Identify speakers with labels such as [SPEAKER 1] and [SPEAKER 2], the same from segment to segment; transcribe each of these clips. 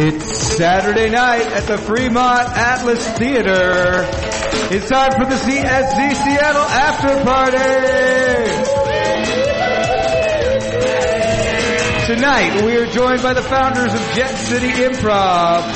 [SPEAKER 1] It's Saturday night at the Fremont Atlas Theater. It's time for the CSC Seattle After Party. Tonight we are joined by the founders of Jet City Improv.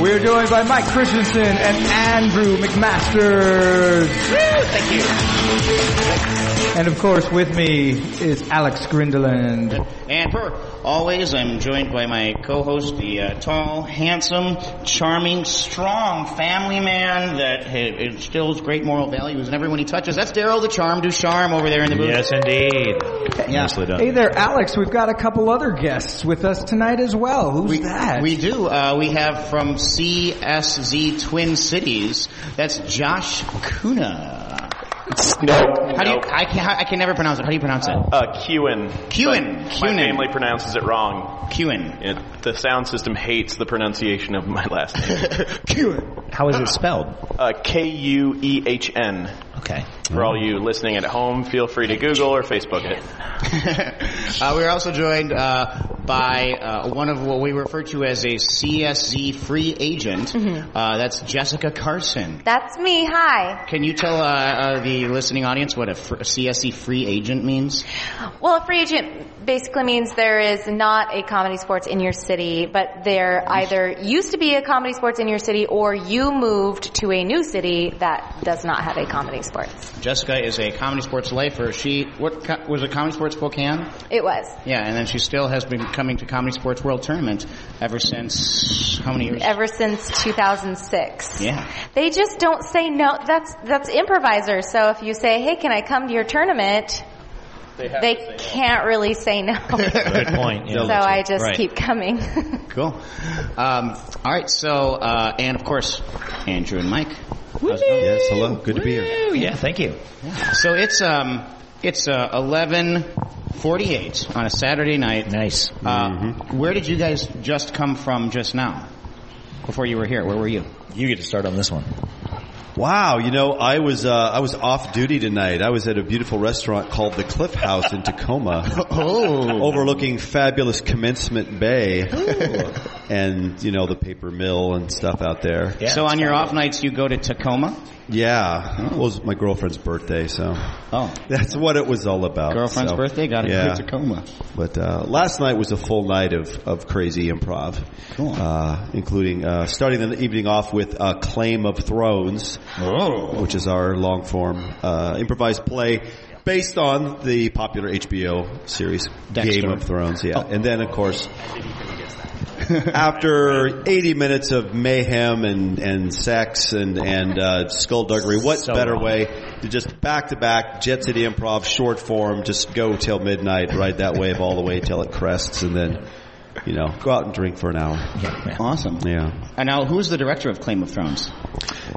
[SPEAKER 1] We are joined by Mike Christensen and Andrew McMaster.
[SPEAKER 2] Thank you.
[SPEAKER 1] And of course with me is Alex Grindeland.
[SPEAKER 2] And per always, I'm joined by my co-host, the uh, tall, handsome, charming, strong family man that ha- instills great moral values in everyone he touches. That's Daryl the Charm du Charm over there in the booth.
[SPEAKER 3] Yes, indeed. Nicely done.
[SPEAKER 1] Hey there, Alex. We've got a couple other guests with us tonight as well. Who's
[SPEAKER 2] We,
[SPEAKER 1] that?
[SPEAKER 2] we do. Uh, we have from CSZ Twin Cities. That's Josh Kuna.
[SPEAKER 4] No,
[SPEAKER 2] How do you,
[SPEAKER 4] no.
[SPEAKER 2] I can I can never pronounce it. How do you pronounce it?
[SPEAKER 4] uh, Kewen.
[SPEAKER 2] Kewen,
[SPEAKER 4] But
[SPEAKER 2] Kewen.
[SPEAKER 4] My family pronounces it wrong.
[SPEAKER 2] Kewen.
[SPEAKER 4] It, the sound system hates the pronunciation of my last name.
[SPEAKER 2] Kewen.
[SPEAKER 5] How is it spelled?
[SPEAKER 4] Uh, K U E H N.
[SPEAKER 5] Okay.
[SPEAKER 4] For all you listening at home, feel free to Google or Facebook it.
[SPEAKER 2] uh, we are also joined uh, by uh, one of what we refer to as a CSZ free agent. Uh, that's Jessica Carson.
[SPEAKER 6] That's me. Hi.
[SPEAKER 2] Can you tell uh, uh, the listening audience what a, fr- a CSC free agent means?
[SPEAKER 6] Well, a free agent basically means there is not a comedy sports in your city, but there either used to be a comedy sports in your city or you moved to a new city that does not have a comedy sports.
[SPEAKER 2] Jessica is a comedy sports lifer. She what co- was a comedy sports Spokane?
[SPEAKER 6] It was.
[SPEAKER 2] Yeah, and then she still has been coming to comedy sports world tournament ever since how many years?
[SPEAKER 6] Ever since 2006.
[SPEAKER 2] Yeah.
[SPEAKER 6] They just don't say no. That's, that's improvisers. So if you say, hey, can I come to your tournament? They, can't really say no.
[SPEAKER 3] Good point. yeah.
[SPEAKER 6] so I just
[SPEAKER 3] Right.
[SPEAKER 6] keep coming.
[SPEAKER 2] Cool. Um, all right. So uh, and of course, Andrew and Mike. How's it going?
[SPEAKER 7] Yes, hello. Good to be here.
[SPEAKER 3] Ooh, yeah, thank you.
[SPEAKER 2] So it's um it's uh, eleven forty eight on a Saturday night.
[SPEAKER 3] Nice.
[SPEAKER 7] Mm-hmm.
[SPEAKER 2] Uh, Where did you guys just come from just now? Before you were here, where were you?
[SPEAKER 3] You get to start on this one.
[SPEAKER 7] Wow, you know, I was uh, I was off duty tonight. I was at a beautiful restaurant called the Cliff House in Tacoma,
[SPEAKER 2] Oh,
[SPEAKER 7] overlooking fabulous Commencement Bay, and you know the paper mill and stuff out there.
[SPEAKER 3] Yeah.
[SPEAKER 2] so on your off nights you go to Tacoma.
[SPEAKER 7] Yeah, it was my girlfriend's birthday, so
[SPEAKER 2] Oh,
[SPEAKER 7] that's what it was all about.
[SPEAKER 2] girlfriend's
[SPEAKER 7] so,
[SPEAKER 2] birthday got to
[SPEAKER 7] yeah.
[SPEAKER 2] go to Tacoma.
[SPEAKER 7] But uh, last night was a full night of, of crazy improv,
[SPEAKER 2] Cool.
[SPEAKER 7] uh, including uh, starting the evening off with uh, Claim of Thrones, which is our long form uh, improvised play based on the popular HBO series
[SPEAKER 2] Dexter. Oh.
[SPEAKER 7] Game of Thrones. Yeah, and then of course. After 80 minutes of mayhem and, and sex and, and uh, skullduggery, what better way to just back to back Jet City Improv short form, just go till midnight, ride that wave all the way till it crests, and then, you know, go out and drink for an hour.
[SPEAKER 2] Awesome.
[SPEAKER 7] Yeah.
[SPEAKER 2] And now, who's the director of Claim of Thrones?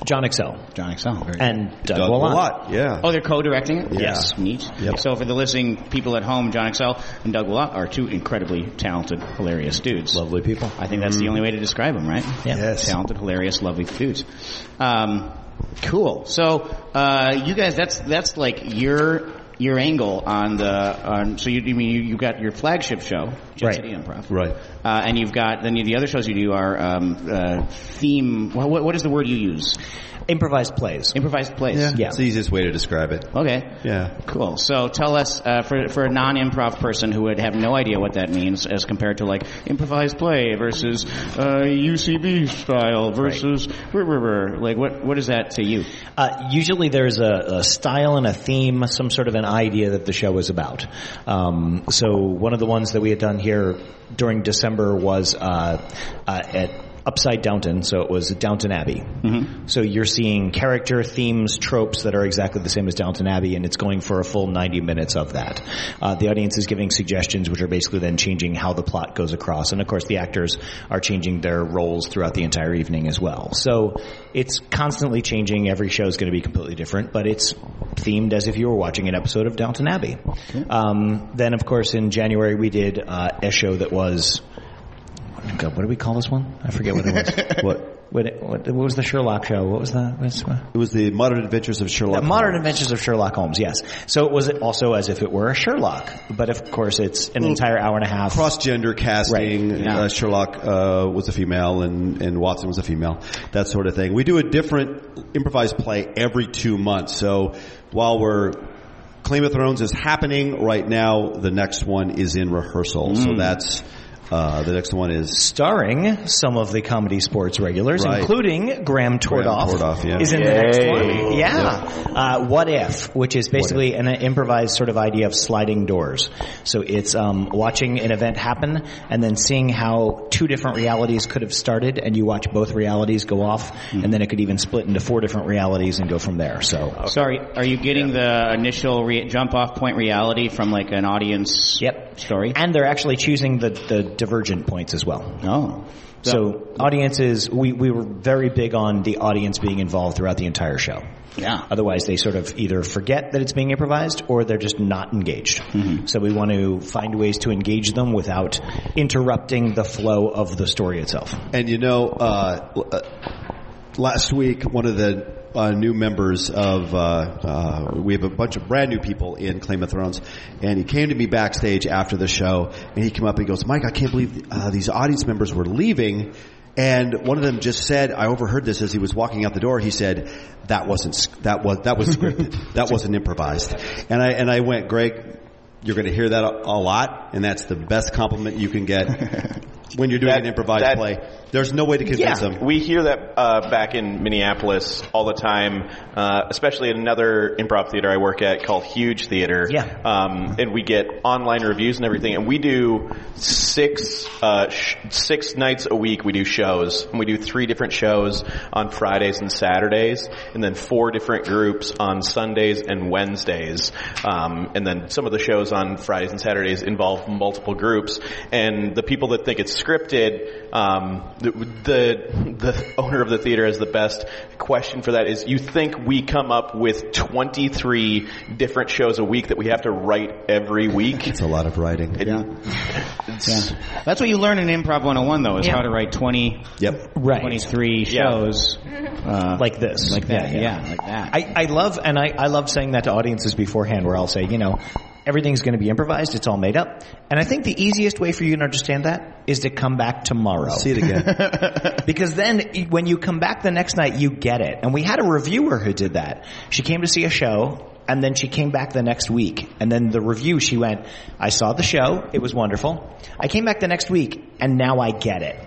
[SPEAKER 3] John Excel
[SPEAKER 2] John Excel. Very
[SPEAKER 3] and uh, Doug,
[SPEAKER 7] Doug
[SPEAKER 3] Willan.
[SPEAKER 7] Willott, yeah.
[SPEAKER 2] Oh, they're co-directing it.
[SPEAKER 7] Yeah.
[SPEAKER 2] Yes, neat.
[SPEAKER 7] Yep.
[SPEAKER 2] So for the listening people at home, John Excel and Doug Willott are two incredibly talented, hilarious dudes.
[SPEAKER 3] Lovely people.
[SPEAKER 2] I think that's the only way to describe them, right?
[SPEAKER 3] Yeah. Yes.
[SPEAKER 2] Talented, hilarious, lovely dudes. Um, cool. So uh, you guys, that's that's like your your angle on the. On, so you, you mean you, you got your flagship show, Jet
[SPEAKER 3] Right.
[SPEAKER 2] City Improv,
[SPEAKER 7] Right.
[SPEAKER 2] Uh, and you've got then the other shows you do are um, uh, theme. What, what- what is the word you use?
[SPEAKER 3] Improvised plays.
[SPEAKER 2] Improvised plays.
[SPEAKER 3] Yeah.
[SPEAKER 7] It's the easiest way to describe it.
[SPEAKER 2] Okay.
[SPEAKER 7] Yeah.
[SPEAKER 2] Cool. So tell us, uh, for, for a non-improv person who would have no idea what that means as compared to like improvised play versus uh, UCB style versus rah, rah, rah. like what, what is that to you?
[SPEAKER 3] Uh, usually there's a, a style and a theme, some sort of an idea that the show is about. Um, so one of the ones that we had done here during December was uh, uh, at Upside Downton, so it was Downton Abbey.
[SPEAKER 7] Mm-hmm.
[SPEAKER 3] So you're seeing character themes, tropes that are exactly the same as Downton Abbey, and it's going for a full 90 minutes of that. Uh, the audience is giving suggestions, which are basically then changing how the plot goes across, and of course the actors are changing their roles throughout the entire evening as well. So it's constantly changing. Every show is going to be completely different, but it's themed as if you were watching an episode of Downton Abbey. Um, then, of course, in January we did uh, a show that was. God, what do we call this one? I forget what it was.
[SPEAKER 7] What?
[SPEAKER 3] What, what, what was the Sherlock show? What was that? What's, what?
[SPEAKER 7] It was the Modern Adventures of Sherlock.
[SPEAKER 3] The Modern
[SPEAKER 7] Holmes.
[SPEAKER 3] Adventures of Sherlock Holmes, yes. So it was also as if it were a Sherlock, but of course it's an entire hour and a half.
[SPEAKER 7] cross gender casting.
[SPEAKER 3] Right, yeah.
[SPEAKER 7] Uh, Sherlock uh, was a female, and and Watson was a female. That sort of thing. We do a different improvised play every two months. So while we're Claim of Thrones is happening right now, the next one is in rehearsal. So
[SPEAKER 3] Mm.
[SPEAKER 7] that's uh, the next one is
[SPEAKER 3] starring some of the comedy sports regulars,
[SPEAKER 7] Right.
[SPEAKER 3] including Graham Tordoff.
[SPEAKER 7] Tordoff, yeah.
[SPEAKER 3] Is in the
[SPEAKER 4] Yay.
[SPEAKER 3] next one. Yeah. Uh, what if, which is basically an improvised sort of idea of sliding doors. So it's um, watching an event happen and then seeing how two different realities could have started, and you watch both realities go off, and then it could even split into four different realities and go from there. So
[SPEAKER 2] Sorry, are you getting the initial re- jump off point reality from like an audience
[SPEAKER 3] Yep.
[SPEAKER 2] story?
[SPEAKER 3] And they're actually choosing the, the divergent points as well.
[SPEAKER 2] oh.
[SPEAKER 3] So audiences, we, we were very big on the audience being involved throughout the entire show.
[SPEAKER 2] Yeah.
[SPEAKER 3] Otherwise they sort of either forget that it's being improvised or they're just not engaged. So we want to find ways to engage them without interrupting the flow of the story itself.
[SPEAKER 7] And you know, uh, l- uh, last week one of the uh, new members of uh, uh, we have a bunch of brand new people in Claim of Thrones, and he came to me backstage after the show, and he came up and he goes, "Mike, I can't believe uh, these audience members were leaving." And one of them just said, I overheard this as he was walking out the door. He said, "That wasn't s- that was that was scripted. that wasn't improvised." And I and I went, Greg, you're going to hear that a, a lot, and that's the best compliment you can get when you're doing
[SPEAKER 4] That-
[SPEAKER 7] an improvised
[SPEAKER 4] that-
[SPEAKER 7] play. There's no way to convince them.
[SPEAKER 4] We hear that uh, back in Minneapolis all the time, uh, especially at another improv theater I work at called Huge Theater.
[SPEAKER 3] Yeah.
[SPEAKER 4] Um, and we get online reviews and everything, and we do six uh, sh- six nights a week. We do shows, and we do three different shows on Fridays and Saturdays, and then four different groups on Sundays and Wednesdays. Um, and then some of the shows on Fridays and Saturdays involve multiple groups, and the people that think it's scripted, um, the, the the owner of the theater has the best question for that. Is you think we come up with 23 different shows a week that we have to write every week?
[SPEAKER 7] It's a lot of writing.
[SPEAKER 2] That's what you learn in Improv 101 though, is how to write 20,
[SPEAKER 7] Yep.
[SPEAKER 3] Right.
[SPEAKER 2] 23 shows. Uh,
[SPEAKER 3] like this. Like
[SPEAKER 2] that, yeah, like that.
[SPEAKER 3] I, I love, and I, I love saying that to audiences beforehand where I'll say, you know, everything's gonna be improvised, it's all made up. And I think the easiest way for you to understand that is to come back tomorrow.
[SPEAKER 7] See it again.
[SPEAKER 3] Because then y- when you come back the next night, you get it. And we had a reviewer who did that. She came to see a show and then she came back the next week. And then the review, she went, I saw the show. It was wonderful. I came back the next week and now I get it.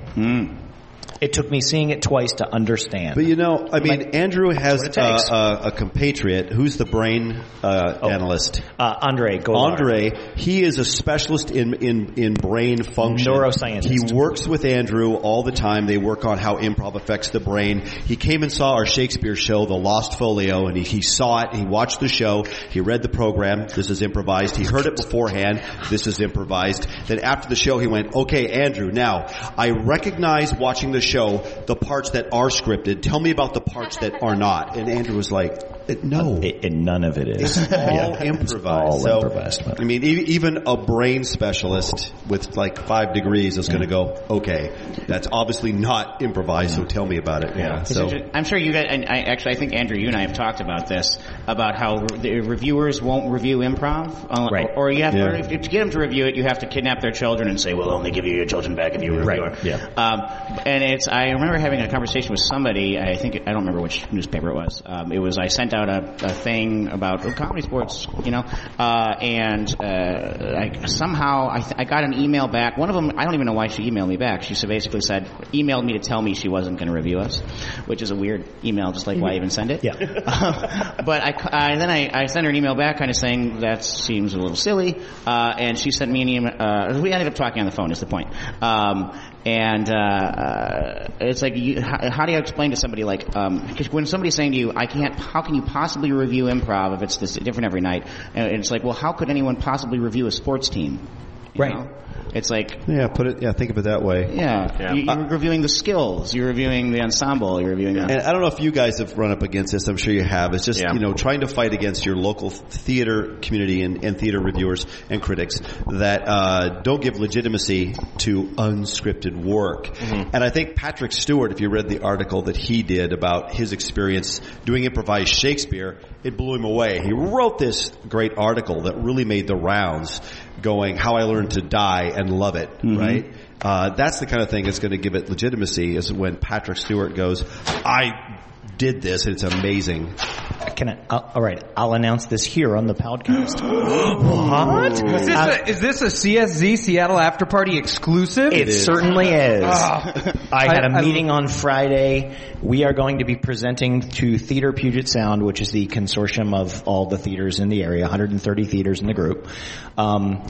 [SPEAKER 3] It took me seeing it twice to understand.
[SPEAKER 7] Hmm. but you know, I mean, Andrew has
[SPEAKER 3] it
[SPEAKER 7] a,
[SPEAKER 3] takes.
[SPEAKER 7] a, a compatriot who's the brain uh, analyst.
[SPEAKER 3] uh, Andre, go
[SPEAKER 7] Andre, he is a specialist in, in, in brain function.
[SPEAKER 3] Neuroscientist.
[SPEAKER 7] He works with Andrew all the time. They work on how improv affects the brain. He came and saw our Shakespeare show, The Lost Folio, and he, he saw it. He watched the show. He read the program. This is improvised. He heard it beforehand. This is improvised. Then after the show, he went, okay, Andrew, now, I recognize watching the show the parts that are scripted. Tell me about the parts that are not. And Andrew was like, no.
[SPEAKER 3] and none of it is.
[SPEAKER 7] It's all improvised.
[SPEAKER 3] all
[SPEAKER 7] so,
[SPEAKER 3] improvised, but-
[SPEAKER 7] I mean, e- even a brain specialist with like five degrees is going to go, okay, that's obviously not improvised. So tell me about it. Yeah.
[SPEAKER 2] Is it
[SPEAKER 7] So
[SPEAKER 2] ju- I'm sure you guys, and I, actually, I think Andrew, you and I have talked about this about how re- the reviewers won't review improv, uh,
[SPEAKER 3] Right.
[SPEAKER 2] Or, you have
[SPEAKER 7] Yeah.
[SPEAKER 2] or if, you- to get them to review it, you have to kidnap their children and say, "We'll only give you your children back if you review
[SPEAKER 3] Right,
[SPEAKER 2] it."
[SPEAKER 3] yeah.
[SPEAKER 2] Um, and it's I remember having a conversation with somebody. I think I don't remember which newspaper it was. Um, it was I sent out a, a thing about comedy sports, you know, uh, and uh, I, somehow I, th- I got an email back. One of them I don't even know why she emailed me back. She so basically said emailed me to tell me she wasn't going to review us, which is a weird email. Just like why even send it?
[SPEAKER 3] Mm-hmm. Yeah.
[SPEAKER 2] Um, but I, cu- I then I, I sent her an email back, kind of saying that seems a little silly. Uh, and she sent me an email. Uh, we ended up talking on the phone. Is the point? Um, and uh, uh, it's like, you, how, how do you explain to somebody like um 'cause when somebody's saying to you, "I can't," how can you possibly review improv if it's this different every night? And it's like, well, how could anyone possibly review a sports team?
[SPEAKER 8] you
[SPEAKER 3] Right.
[SPEAKER 8] know? It's like
[SPEAKER 7] Yeah, put it. Yeah, think of it that way.
[SPEAKER 8] yeah,
[SPEAKER 4] Yeah.
[SPEAKER 8] You, are reviewing the skills, you're reviewing the ensemble, you're reviewing the
[SPEAKER 7] And I don't know if you guys have run up against this. I'm sure you have. It's just
[SPEAKER 4] Yeah.
[SPEAKER 7] you know trying to fight against your local theater community and, and theater reviewers and critics that uh, don't give legitimacy to unscripted work. And I think Patrick Stewart, if you read the article that he did about his experience doing improvised Shakespeare, it blew him away. He wrote this great article that really made the rounds, going how I learned to die and love it. Right. Uh, that's the kind of thing that's going to give it legitimacy is when Patrick Stewart goes, I did this. It's amazing.
[SPEAKER 3] Can I? Uh, all right, I'll announce this here on the podcast. Uh,
[SPEAKER 1] What? Is this, a, is this a CSZ Seattle after party exclusive?
[SPEAKER 3] It certainly is. Ah. I had a
[SPEAKER 1] I- I-
[SPEAKER 3] meeting on Friday. We are going to be presenting to Theater Puget Sound, which is the consortium of all the theaters in the area, 130 theaters in the group. Um,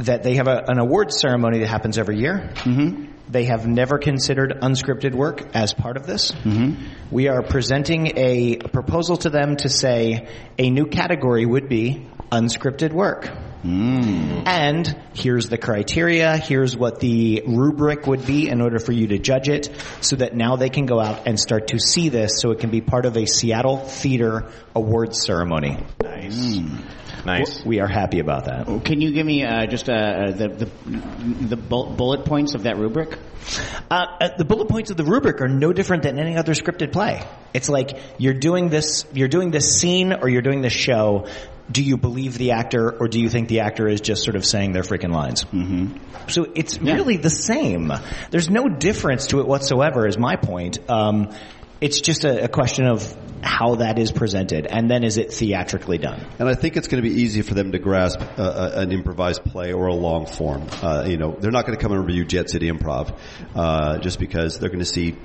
[SPEAKER 3] that they have a, an awards ceremony that happens every year. Mm-hmm. They have never considered unscripted work as part of this. Mm-hmm. We are presenting a proposal to them to say a new category would be unscripted work. And here's the criteria, here's what the rubric would be in order for you to judge it, so that now they can go out and start to see this so it can be part of a Seattle Theater Awards ceremony.
[SPEAKER 4] Nice. Nice.
[SPEAKER 3] We are happy about that.
[SPEAKER 8] Can you give me uh, just uh, uh, the the, the bul- bullet points of that rubric?
[SPEAKER 3] Uh, uh, the bullet points of the rubric are no different than any other scripted play. It's like you're doing this, you're doing this scene or you're doing this show. Do you believe the actor or do you think the actor is just sort of saying their freaking lines? Mm-hmm. So it's really the same. There's no difference to it whatsoever is my point. Um, it's just a, a question of how that is presented and then is it theatrically done?
[SPEAKER 7] And I think it's going to be easy for them to grasp uh, uh, an improvised play or a long form. Uh, you know, they're not going to come and review Jet City Improv uh, just because they're going to see,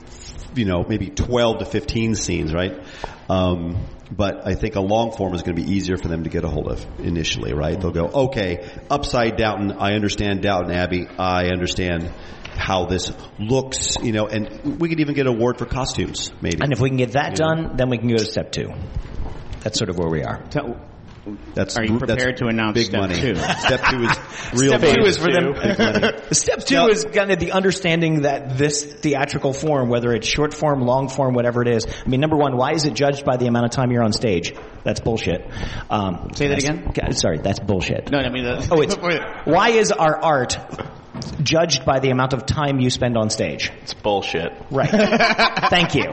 [SPEAKER 7] you know, maybe 12 to 15 scenes, right? Um, but I think a long form is going to be easier for them to get a hold of initially, right? They'll go, okay, upside Downton, I understand Downton Abbey, I understand how this looks, you know, and we could even get an award for costumes, maybe.
[SPEAKER 3] And if we can get that done, then we can go to step two. That's sort of where we are.
[SPEAKER 8] Tell,
[SPEAKER 7] That's
[SPEAKER 8] Are you
[SPEAKER 7] that's
[SPEAKER 8] prepared to announce
[SPEAKER 7] big
[SPEAKER 8] step
[SPEAKER 7] money.
[SPEAKER 8] two?
[SPEAKER 7] Step two is real
[SPEAKER 3] Step
[SPEAKER 7] money.
[SPEAKER 3] two is for them.
[SPEAKER 7] Big money.
[SPEAKER 3] Step two is kind of the understanding that this theatrical form, whether it's short form, long form, whatever it is. I mean, number one, why is it judged by the amount of time you're on stage? That's bullshit. Um,
[SPEAKER 8] Say that
[SPEAKER 3] that's-
[SPEAKER 8] again?
[SPEAKER 3] God, Sorry, that's bullshit.
[SPEAKER 8] no, I mean the,
[SPEAKER 3] Oh, it's why is our art judged by the amount of time you spend on stage?
[SPEAKER 4] It's bullshit.
[SPEAKER 3] Right. Thank you.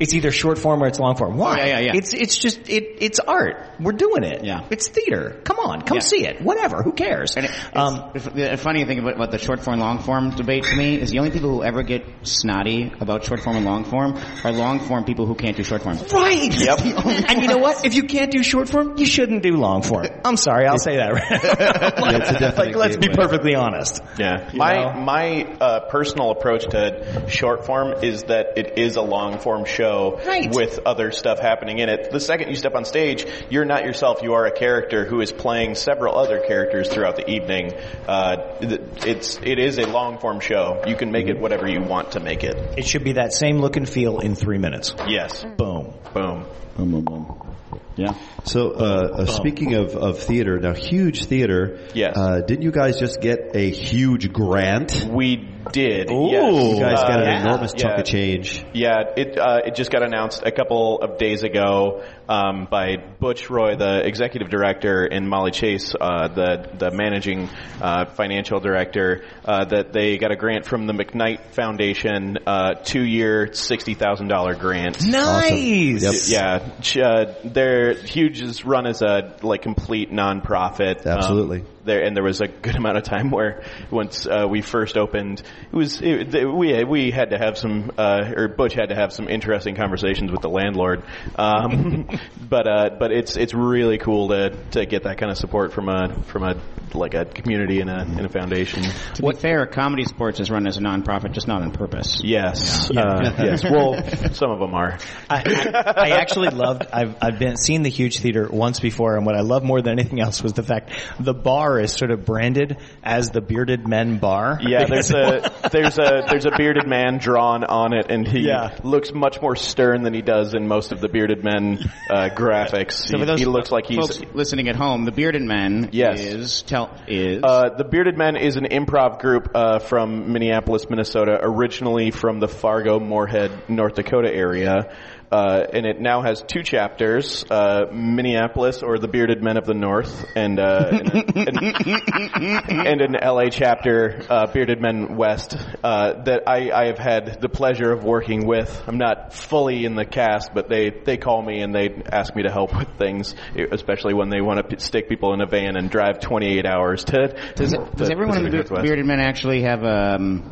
[SPEAKER 3] It's either short form or it's long form. Why?
[SPEAKER 8] Yeah, yeah, yeah.
[SPEAKER 3] It's it's just it it's art. We're doing it.
[SPEAKER 8] Yeah.
[SPEAKER 3] It's theater. Come on, come
[SPEAKER 8] Yeah.
[SPEAKER 3] see it. Whatever. Who cares?
[SPEAKER 8] And it,
[SPEAKER 3] um,
[SPEAKER 8] it's- the funny thing about, about the short form long form debate to me is the only people who ever get snotty about short form and long form are long form people who can't do short form.
[SPEAKER 3] Right. Yep. and you know what? If you can't do short form, you shouldn't do long form. I'm sorry, I'll say that.
[SPEAKER 7] it's a definite
[SPEAKER 3] like, let's be
[SPEAKER 7] gateway.
[SPEAKER 3] perfectly honest.
[SPEAKER 4] Yeah.
[SPEAKER 3] You
[SPEAKER 4] my
[SPEAKER 3] know?
[SPEAKER 4] my uh, personal approach to short form is that it is a long form show
[SPEAKER 3] Right.
[SPEAKER 4] with other stuff happening in it. The second you step on stage, you're not yourself. You are a character who is playing several other characters throughout the evening. Uh, th- it's it is a long form show. You can make
[SPEAKER 7] Mm-hmm.
[SPEAKER 4] it whatever you want to make it.
[SPEAKER 3] It should be that same look and feel in three minutes.
[SPEAKER 4] Yes.
[SPEAKER 7] Mm.
[SPEAKER 3] Boom.
[SPEAKER 4] Boom.
[SPEAKER 8] Yeah.
[SPEAKER 7] So, uh, uh, speaking of, of theater, now huge theater.
[SPEAKER 4] Yes.
[SPEAKER 7] Uh, didn't you guys just get a huge grant?
[SPEAKER 4] We did. Ooh.
[SPEAKER 7] You guys got an
[SPEAKER 4] yeah.
[SPEAKER 7] enormous chunk
[SPEAKER 4] Yeah.
[SPEAKER 7] of change.
[SPEAKER 4] Yeah, it uh, it just got announced a couple of days ago um, by Butch Roy, the executive director, and Molly Chase, uh, the the managing uh, financial director, uh, that they got a grant from the McKnight Foundation, uh, two year, sixty thousand dollar grant.
[SPEAKER 3] Nice.
[SPEAKER 7] Yep.
[SPEAKER 4] Yeah, ch- uh, their huge is run as a like complete nonprofit. Um,
[SPEAKER 7] Absolutely.
[SPEAKER 4] there and there was a good amount of time where once uh, we first opened, it was it, th- we we had to have some uh, or Butch had to have some interesting conversations with the landlord. Um, but uh, but it's it's really cool to to get that kind of support from a from a like a community and a and a foundation.
[SPEAKER 8] To be fair, comedy sports is run as a nonprofit, just not on purpose.
[SPEAKER 4] Yes, Uh, yes. Well, some of them are.
[SPEAKER 3] I, I, I actually loved. I've I've been seen the huge theater once before, and what I love more than anything else was the fact the bar bar is sort of branded as the Bearded Men Bar.
[SPEAKER 4] Yeah, there's a there's a there's a bearded man drawn on it, and he
[SPEAKER 3] Yeah.
[SPEAKER 4] looks much more stern than he does in most of the bearded men uh, graphics. he,
[SPEAKER 8] for those
[SPEAKER 4] he looks like he's
[SPEAKER 8] Folks listening at home, the bearded man
[SPEAKER 4] Yes.
[SPEAKER 8] is tell is
[SPEAKER 4] Uh, the Bearded Men is an improv group uh, from Minneapolis, Minnesota, originally from the Fargo, Moorhead, North Dakota area. Uh, and it now has two chapters, uh, Minneapolis or the Bearded Men of the North and, uh, and, and- and an LA chapter, uh, Bearded Men West, uh, that I, I have had the pleasure of working with. I'm not fully in the cast, but they, they call me and they ask me to help with things, especially when they want to p- stick people in a van and drive 28 hours to.
[SPEAKER 8] does,
[SPEAKER 4] to
[SPEAKER 8] it, does everyone in the
[SPEAKER 4] Pacific
[SPEAKER 8] Be-
[SPEAKER 4] Northwest.
[SPEAKER 8] bearded men actually have um,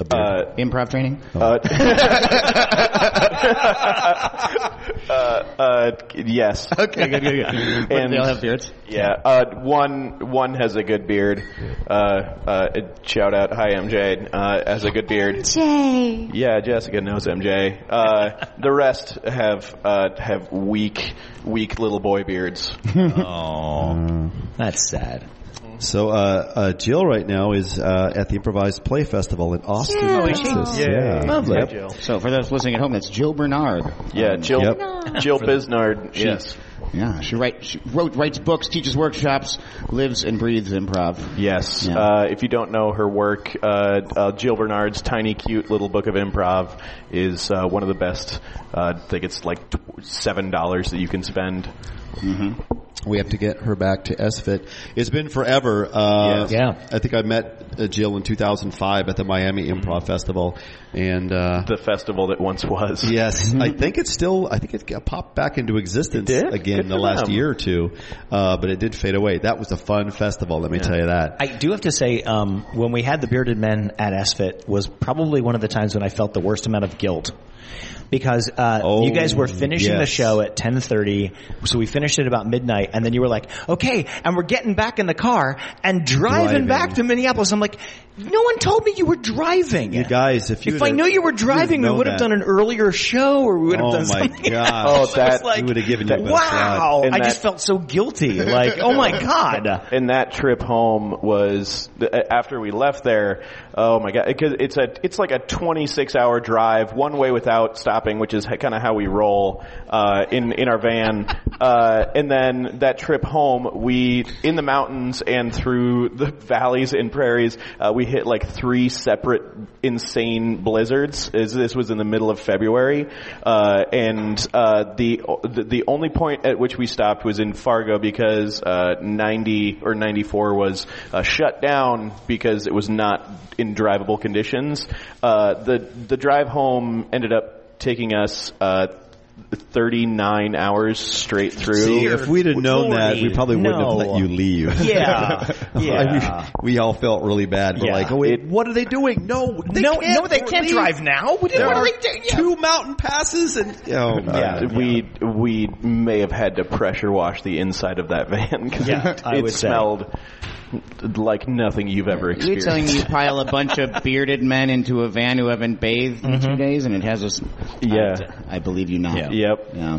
[SPEAKER 4] Uh,
[SPEAKER 8] improv training?
[SPEAKER 4] uh, uh, uh, yes.
[SPEAKER 8] Okay, good, good, good. But
[SPEAKER 4] And-
[SPEAKER 8] they all have beards.
[SPEAKER 4] Yeah. Uh, one one has a good beard. Uh, uh, shout out, hi MJ, uh, has a good beard.
[SPEAKER 9] Jay.
[SPEAKER 4] Yeah, Jessica knows MJ. Uh, the rest have uh, have weak weak little boy beards.
[SPEAKER 3] That's sad.
[SPEAKER 7] So uh, uh, Jill right now is uh, at the Improvised Play Festival in Austin,
[SPEAKER 3] Oh,
[SPEAKER 7] Texas. Yeah.
[SPEAKER 3] Lovely.
[SPEAKER 7] Yep. Um,
[SPEAKER 4] Jill.
[SPEAKER 8] So for those listening at home, that's Jill Bernard.
[SPEAKER 4] Yeah, Jill
[SPEAKER 7] Yep.
[SPEAKER 4] Jill Bisnard.
[SPEAKER 8] She-
[SPEAKER 4] Yes.
[SPEAKER 8] Yeah, she write she wrote writes books, teaches workshops, lives and breathes improv.
[SPEAKER 4] Yes.
[SPEAKER 8] Yeah.
[SPEAKER 4] Uh, if you don't know her work, uh, uh, Jill Bernard's tiny, cute little book of improv is uh, one of the best. Uh, I think it's like tw- seven dollars that you can spend.
[SPEAKER 7] We have to get her back to SFIT. It's been forever. Uh,
[SPEAKER 4] Yes.
[SPEAKER 3] Yeah.
[SPEAKER 7] I think I met uh, Jill in 2005 at the Miami Improv Festival, and uh,
[SPEAKER 4] The festival that once was.
[SPEAKER 7] yes,
[SPEAKER 3] Mm-hmm.
[SPEAKER 7] I think it's still. I think it got popped back into existence
[SPEAKER 4] It did?
[SPEAKER 7] again
[SPEAKER 4] Good
[SPEAKER 7] in the
[SPEAKER 4] for
[SPEAKER 7] last
[SPEAKER 4] them.
[SPEAKER 7] year or two, uh, but it did fade away. That was a fun festival. Let me tell you that.
[SPEAKER 3] I do have to say, um, when we had the bearded men at SFIT was probably one of the times when I felt the worst amount of guilt because uh,
[SPEAKER 7] Oh,
[SPEAKER 3] you guys were finishing the
[SPEAKER 7] yes.
[SPEAKER 3] show at ten thirty, so we finished it about midnight, and then you were like, "Okay," and we're getting back in the car and driving,
[SPEAKER 7] Driving.
[SPEAKER 3] back to Minneapolis. I'm like, "No one told me you were driving."
[SPEAKER 7] You guys, if you
[SPEAKER 3] if
[SPEAKER 7] would've-
[SPEAKER 3] I knew you were
[SPEAKER 7] you'd have
[SPEAKER 3] driving, we
[SPEAKER 7] known
[SPEAKER 3] would have
[SPEAKER 7] that.
[SPEAKER 3] done an earlier show, or we would have
[SPEAKER 7] Oh
[SPEAKER 3] done
[SPEAKER 7] my
[SPEAKER 3] something.
[SPEAKER 7] gosh.
[SPEAKER 3] else.
[SPEAKER 4] Oh,
[SPEAKER 3] I was
[SPEAKER 4] that-
[SPEAKER 3] like,
[SPEAKER 7] we would have given you a better
[SPEAKER 3] Wow!
[SPEAKER 7] shot.
[SPEAKER 4] And
[SPEAKER 3] I
[SPEAKER 4] that-
[SPEAKER 3] just felt so guilty. Like, oh my god.
[SPEAKER 4] And that trip home was th- after we left there. Oh my god! Because it's a it's like a 26 hour drive one way without stopping, which is kind of how we roll uh, in in our van. uh, and then that trip home, we in the mountains and through the valleys and prairies, uh, we hit like three separate insane blizzards. Is this was in the middle of February, uh, and uh, the the only point at which we stopped was in Fargo because uh, 90 or 94 was uh, shut down because it was not in drivable conditions. Uh, the the drive home ended up taking us. Uh, 39 hours straight through.
[SPEAKER 7] See, if we'd have known that, we
[SPEAKER 3] Lordy,
[SPEAKER 7] probably wouldn't have
[SPEAKER 3] no.
[SPEAKER 7] let you leave.
[SPEAKER 3] Yeah.
[SPEAKER 7] I mean,
[SPEAKER 3] Yeah.
[SPEAKER 7] we all felt really bad. We're
[SPEAKER 3] Yeah.
[SPEAKER 7] like, oh wait,
[SPEAKER 4] It-
[SPEAKER 7] what are they doing? No, they
[SPEAKER 3] no,
[SPEAKER 7] can't
[SPEAKER 3] no, they can't
[SPEAKER 7] leave.
[SPEAKER 3] drive now. What,
[SPEAKER 7] There
[SPEAKER 3] what
[SPEAKER 7] are
[SPEAKER 3] are they doing? Yeah.
[SPEAKER 7] two mountain passes and oh my
[SPEAKER 4] Uh, we we may have had to pressure wash the inside of that van because
[SPEAKER 3] Yeah,
[SPEAKER 4] it,
[SPEAKER 3] I
[SPEAKER 4] it
[SPEAKER 3] would say.
[SPEAKER 4] smelled like nothing you've ever
[SPEAKER 8] You're
[SPEAKER 4] experienced.
[SPEAKER 8] telling me you pile a bunch of bearded men into a van who haven't bathed in two days, and it has us.
[SPEAKER 4] Yeah.
[SPEAKER 8] I, I believe you now.
[SPEAKER 4] Yep,
[SPEAKER 8] Mm-hmm. Yeah.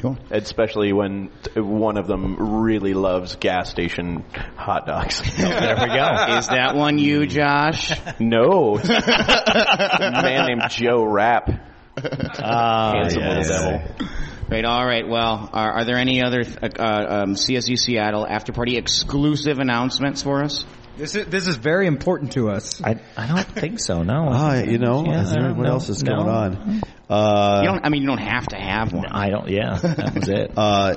[SPEAKER 8] Cool.
[SPEAKER 4] especially when t- one of them really loves gas station hot dogs.
[SPEAKER 3] Oh, There we go.
[SPEAKER 8] Is that one you, Josh?
[SPEAKER 4] no, a man named Joe Rapp,
[SPEAKER 3] Uh,
[SPEAKER 4] handsome
[SPEAKER 7] yeah,
[SPEAKER 4] little
[SPEAKER 7] yeah,
[SPEAKER 4] devil.
[SPEAKER 8] Right. All right. Well, are, are there any other uh, uh, um, CSU Seattle after party exclusive announcements for us?
[SPEAKER 1] This is this is very important to us.
[SPEAKER 3] I, I don't think so. No.
[SPEAKER 7] Ah, you know,
[SPEAKER 3] Yeah,
[SPEAKER 7] is there
[SPEAKER 3] I don't
[SPEAKER 7] what
[SPEAKER 3] know.
[SPEAKER 7] else is
[SPEAKER 3] No. Mm.
[SPEAKER 7] going on? Uh,
[SPEAKER 8] You don't. I mean, you don't have to have one.
[SPEAKER 3] I don't. Yeah, that was it.
[SPEAKER 7] uh,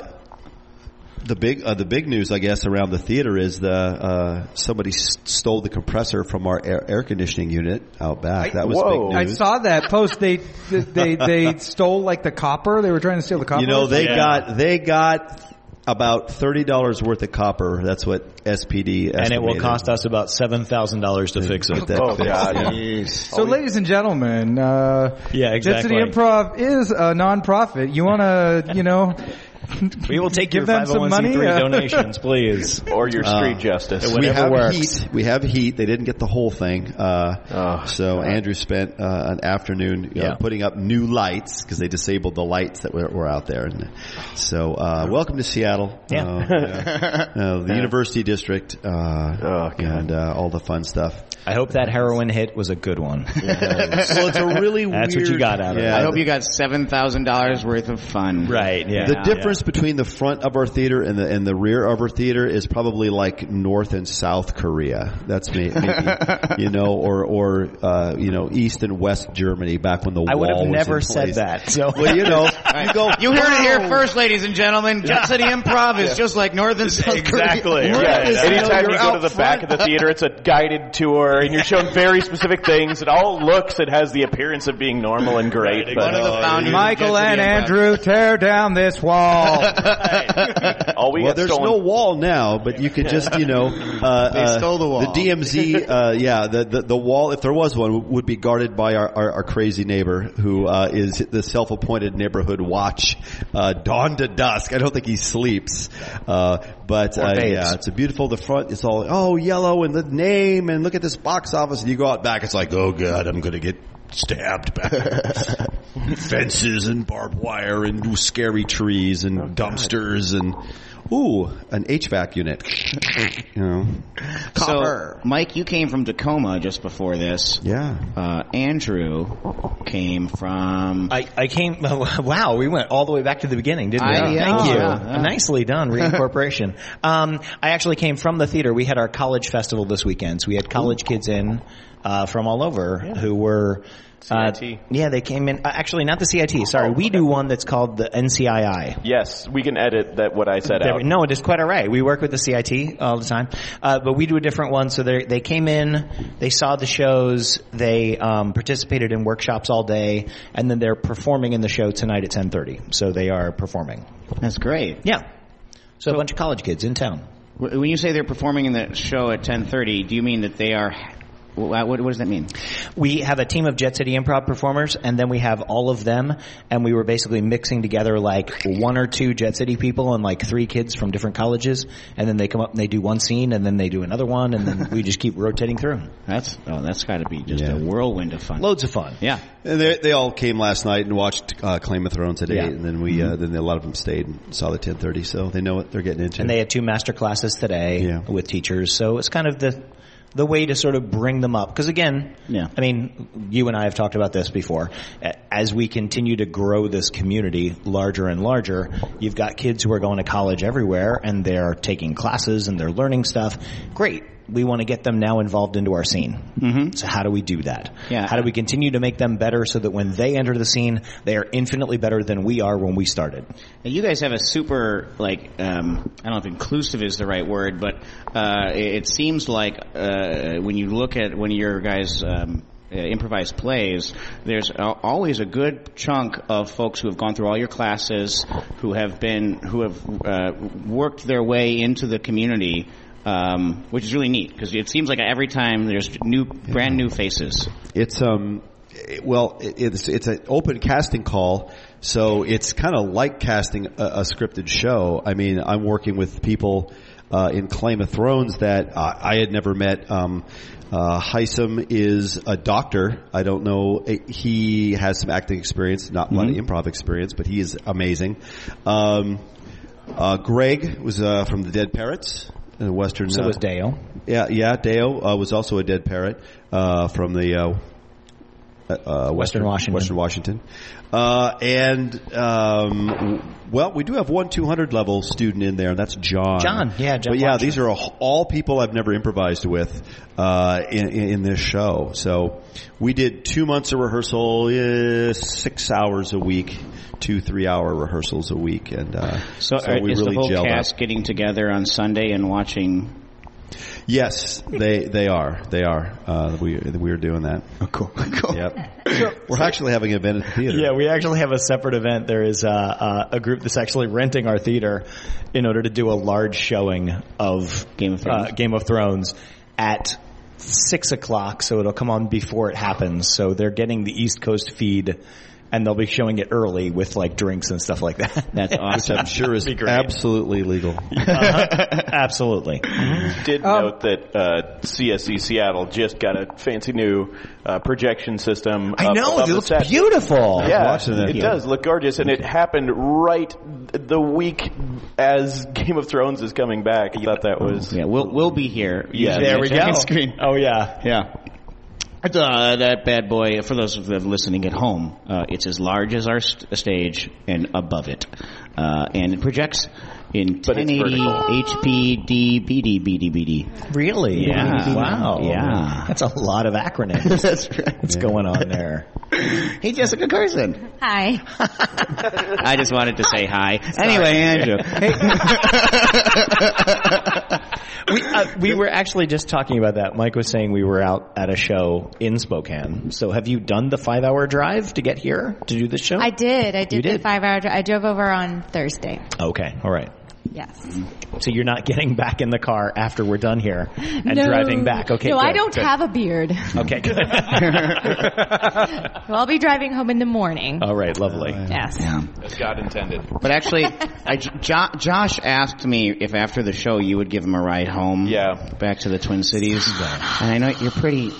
[SPEAKER 7] the big uh, the big news, I guess, around the theater is the uh, somebody s- stole the compressor from our air, air conditioning unit out back. that was
[SPEAKER 4] Whoa.
[SPEAKER 7] big
[SPEAKER 1] I
[SPEAKER 7] news.
[SPEAKER 1] saw that post. They they they stole like the copper. They were trying to steal the copper.
[SPEAKER 7] You know, they
[SPEAKER 3] Yeah.
[SPEAKER 7] got they got about thirty dollars worth of copper. That's what SPD
[SPEAKER 3] and it will cost us about seven thousand dollars to fix it.
[SPEAKER 4] Oh God!
[SPEAKER 1] So, ladies and gentlemen, uh,
[SPEAKER 3] Yeah,
[SPEAKER 1] Jet City
[SPEAKER 3] exactly.
[SPEAKER 1] Improv is a nonprofit. You want to, you know,
[SPEAKER 3] We will take
[SPEAKER 1] Give
[SPEAKER 3] your
[SPEAKER 1] them some money,
[SPEAKER 3] 501c3
[SPEAKER 1] uh,
[SPEAKER 3] donations, please.
[SPEAKER 4] or your street justice.
[SPEAKER 3] Uh, It would-
[SPEAKER 7] we
[SPEAKER 3] Whatever
[SPEAKER 7] have
[SPEAKER 3] works.
[SPEAKER 7] heat. We have heat. They didn't get the whole thing. Uh,
[SPEAKER 4] Oh,
[SPEAKER 7] so Andrew spent uh, an afternoon uh,
[SPEAKER 3] Yeah.
[SPEAKER 7] putting up new lights because they disabled the lights that were, were out there. And so, uh, welcome to Seattle.
[SPEAKER 3] Yeah.
[SPEAKER 7] Uh, yeah. Uh, the University District. Uh,
[SPEAKER 3] Oh,
[SPEAKER 7] and uh, all the fun stuff.
[SPEAKER 3] I hope that heroin hit was a good one.
[SPEAKER 7] Well, it's a really
[SPEAKER 3] That's what you got out of
[SPEAKER 7] Yeah.
[SPEAKER 2] I hope you got seven thousand dollars worth of fun.
[SPEAKER 3] it. Right, yeah.
[SPEAKER 7] The difference between the front of our theater and the and the rear of our theater is probably like North and South Korea. That's me, maybe, you know, or or uh, you know, East and West Germany back when the
[SPEAKER 3] I would
[SPEAKER 7] wall
[SPEAKER 3] have
[SPEAKER 7] was
[SPEAKER 3] never
[SPEAKER 7] in
[SPEAKER 3] said
[SPEAKER 7] place.
[SPEAKER 3] that. So
[SPEAKER 7] Well, you know, you go.
[SPEAKER 2] You heard it
[SPEAKER 7] "Wow."
[SPEAKER 2] here first, ladies and gentlemen. Jet City Improv is just like North and South
[SPEAKER 4] Exactly.
[SPEAKER 2] Korea.
[SPEAKER 4] Yeah.
[SPEAKER 7] is-
[SPEAKER 4] Anytime
[SPEAKER 7] you're
[SPEAKER 4] you go to
[SPEAKER 7] out
[SPEAKER 4] the back of the theater, it's a guided tour, and you're shown very specific things. It all looks, it has the appearance of being normal and great.
[SPEAKER 2] One of the
[SPEAKER 4] But
[SPEAKER 2] founders. of
[SPEAKER 1] Michael
[SPEAKER 2] Jet City
[SPEAKER 1] and
[SPEAKER 2] Improv.
[SPEAKER 1] Andrew, tear down this wall.
[SPEAKER 4] uh, all we
[SPEAKER 7] Well,
[SPEAKER 4] got
[SPEAKER 7] there's
[SPEAKER 4] stolen.
[SPEAKER 7] no wall now, but you could just, you know, uh,
[SPEAKER 2] They
[SPEAKER 7] uh,
[SPEAKER 2] stole the wall.
[SPEAKER 7] DMZ, uh, yeah, the, the the wall, if there was one, would be guarded by our, our, our crazy neighbor who uh, is the self-appointed neighborhood watch, uh, dawn to dusk. I don't think he sleeps, uh, but uh,
[SPEAKER 3] babes.
[SPEAKER 7] yeah, it's a beautiful. The front, it's all oh yellow and the name, and look at this box office. And you go out back, it's like oh god, I'm gonna get. Stabbed back. Fences and barbed wire and scary trees and dumpsters and ooh, an HVAC unit. you know,
[SPEAKER 2] So, Mike, you came from Tacoma just before this.
[SPEAKER 7] yeah.
[SPEAKER 2] Uh, Andrew came from.
[SPEAKER 3] I, I came, wow, we went all the way back to the beginning, didn't
[SPEAKER 2] I-
[SPEAKER 3] we?
[SPEAKER 2] yeah. Oh,
[SPEAKER 3] Thank you.
[SPEAKER 2] Yeah, yeah.
[SPEAKER 3] Nicely done, reincorporation. um, I actually came from the theater. We had our college festival this weekend, so we had college kids in, uh, from all over who were, uh,
[SPEAKER 4] CIT.
[SPEAKER 3] yeah, they came in, uh, actually not the CIT,
[SPEAKER 2] Oh,
[SPEAKER 3] sorry, we do one that's called the NCII.
[SPEAKER 4] Yes, we can edit that what I said
[SPEAKER 3] There
[SPEAKER 4] out.
[SPEAKER 3] we- no, it is quite all right. We work with the CIT all the time, uh, but we do a different one. So they they came in, they saw the shows, they um, participated in workshops all day, and then they're performing in the show tonight at ten thirty. So they are performing.
[SPEAKER 2] That's great.
[SPEAKER 3] Yeah. So, a bunch of college kids in town.
[SPEAKER 2] W- When you say they're performing in the show at 10:30, do you mean that they are? wh- What, what does that mean?
[SPEAKER 3] We have a team of Jet City Improv performers, and then we have all of them, and we were basically mixing together like one or two Jet City people and like three kids from different colleges, and then they come up and they do one scene, and then they do another one, and then we just keep rotating through.
[SPEAKER 2] That's oh, that's got to be just
[SPEAKER 7] Yeah.
[SPEAKER 2] a whirlwind of fun.
[SPEAKER 3] Loads of fun.
[SPEAKER 2] Yeah.
[SPEAKER 7] And they they all came last night and watched uh, Claim of Thrones today,
[SPEAKER 3] Yeah.
[SPEAKER 7] and then we uh, then a lot of them stayed and saw the 10:30, so they know what they're getting into.
[SPEAKER 3] And they had two master classes today
[SPEAKER 7] Yeah.
[SPEAKER 3] with teachers. So it's kind of the the way to sort of bring them up. Because again,
[SPEAKER 2] Yeah.
[SPEAKER 3] I mean, you and I have talked about this before. A- As we continue to grow this community larger and larger, you've got kids who are going to college everywhere and they're taking classes and they're learning stuff. Great. We want to get them now involved into our scene. Mm-hmm. So how do we do that?
[SPEAKER 2] Yeah.
[SPEAKER 3] How do we continue to make them better so that when they enter the scene, they are infinitely better than we are when we started?
[SPEAKER 2] Now, You guys have a super like um, I don't know if inclusive is the right word, but uh, it it seems like uh, when you look at one of your guys' um, uh, improvised plays, there's al- always a good chunk of folks who have gone through all your classes, who have been who have uh, worked their way into the community. Um, which is really neat because it seems like every time there's new, brand new faces.
[SPEAKER 7] It's um, it- well, it- it's it's an open casting call, so it's kind of like casting a, a scripted show. I mean, I'm working with people uh, in Claim of Thrones that uh, I had never met. Um, uh, Heisem is a doctor. I don't know. it- He has some acting experience, not a lot
[SPEAKER 3] Mm-hmm.
[SPEAKER 7] of improv experience, but he is amazing. Um, uh, Greg was uh, from the Dead Parrots. uh, Western.
[SPEAKER 3] So
[SPEAKER 7] uh,
[SPEAKER 3] was Dale.
[SPEAKER 7] yeah, yeah. Deo uh, was also a dead parrot uh, from the uh, uh,
[SPEAKER 3] Western Washington.
[SPEAKER 7] Western Washington, uh, and um, w- well, we do have one 200 level student in there, and that's John.
[SPEAKER 3] John, yeah, John
[SPEAKER 7] But yeah,
[SPEAKER 3] Watcher.
[SPEAKER 7] these are all- all people I've never improvised with uh, in, in in this show. So we did two months of rehearsal, eh, six hours a week, two three hour rehearsals a week, and uh,
[SPEAKER 2] So, uh,
[SPEAKER 7] we
[SPEAKER 2] is
[SPEAKER 7] really
[SPEAKER 2] the whole
[SPEAKER 7] gelled up.
[SPEAKER 2] cast getting together on Sunday and watching
[SPEAKER 7] Yes, they they are. They are. Uh, we we are doing that. Oh, cool. cool. Yep. We're actually having an event at the theater.
[SPEAKER 3] Yeah, we actually have a separate event. There is a, uh, a group that's actually renting our theater in order to do a large showing of
[SPEAKER 2] Game of Thrones?
[SPEAKER 3] uh, Game of Thrones at six o'clock. So it'll come on before it happens. So they're getting the East Coast feed. and they'll be showing it early with like drinks and stuff like that.
[SPEAKER 2] That's awesome.
[SPEAKER 7] I'm sure is
[SPEAKER 4] Be great.
[SPEAKER 7] absolutely legal.
[SPEAKER 3] Absolutely.
[SPEAKER 4] Did note that uh, CSC Seattle just got a fancy new uh, projection system.
[SPEAKER 3] I
[SPEAKER 4] up
[SPEAKER 3] know
[SPEAKER 4] above
[SPEAKER 3] it
[SPEAKER 4] the
[SPEAKER 3] looks
[SPEAKER 4] set.
[SPEAKER 3] beautiful.
[SPEAKER 4] Yeah,
[SPEAKER 7] watching that.
[SPEAKER 4] it
[SPEAKER 7] Yeah.
[SPEAKER 4] does look gorgeous, and it happened right the week as Game of Thrones is coming back. I thought that was
[SPEAKER 2] Yeah, we'll we'll be here.
[SPEAKER 4] Yeah,
[SPEAKER 2] Usually
[SPEAKER 4] there
[SPEAKER 2] I
[SPEAKER 4] we
[SPEAKER 2] check
[SPEAKER 8] go.
[SPEAKER 2] the Screen.
[SPEAKER 3] Oh yeah.
[SPEAKER 2] Yeah. It's, uh, that bad boy, for those of you listening at home, uh, it's as large as our st- stage and above it. Uh, and it projects in
[SPEAKER 4] But it's
[SPEAKER 2] 1080
[SPEAKER 4] vertical.
[SPEAKER 2] HPD BD BD BD.
[SPEAKER 3] Really?
[SPEAKER 2] Yeah.
[SPEAKER 3] Wow.
[SPEAKER 2] Yeah.
[SPEAKER 3] That's a lot of acronyms.
[SPEAKER 2] That's right.
[SPEAKER 3] What's going on there?
[SPEAKER 2] Hey, Jessica Carson.
[SPEAKER 9] Hi.
[SPEAKER 2] I just wanted to say hi. Anyway, Andrew.
[SPEAKER 3] we, uh, we were actually just talking about that. Mike was saying we were out at a show in Spokane. So have you done the five hour drive to get here to do this show?
[SPEAKER 6] I did. I Oh. did,
[SPEAKER 3] You
[SPEAKER 6] the
[SPEAKER 3] did.
[SPEAKER 6] five hour drive. I drove over on Thursday.
[SPEAKER 3] okay. All right.
[SPEAKER 6] Yes.
[SPEAKER 3] So you're not getting back in the car after we're done here and
[SPEAKER 6] No.
[SPEAKER 3] driving back. Okay.
[SPEAKER 6] No,
[SPEAKER 3] good,
[SPEAKER 6] I don't
[SPEAKER 3] good.
[SPEAKER 6] have a beard.
[SPEAKER 3] Okay. Good.
[SPEAKER 6] Well, I'll be driving home in the morning.
[SPEAKER 3] All right. Lovely.
[SPEAKER 6] Yes.
[SPEAKER 4] as God intended.
[SPEAKER 2] But actually, I, jo- Josh asked me if after the show you would give him a ride home.
[SPEAKER 4] Yeah.
[SPEAKER 2] Back to the Twin Cities. And I know you're pretty,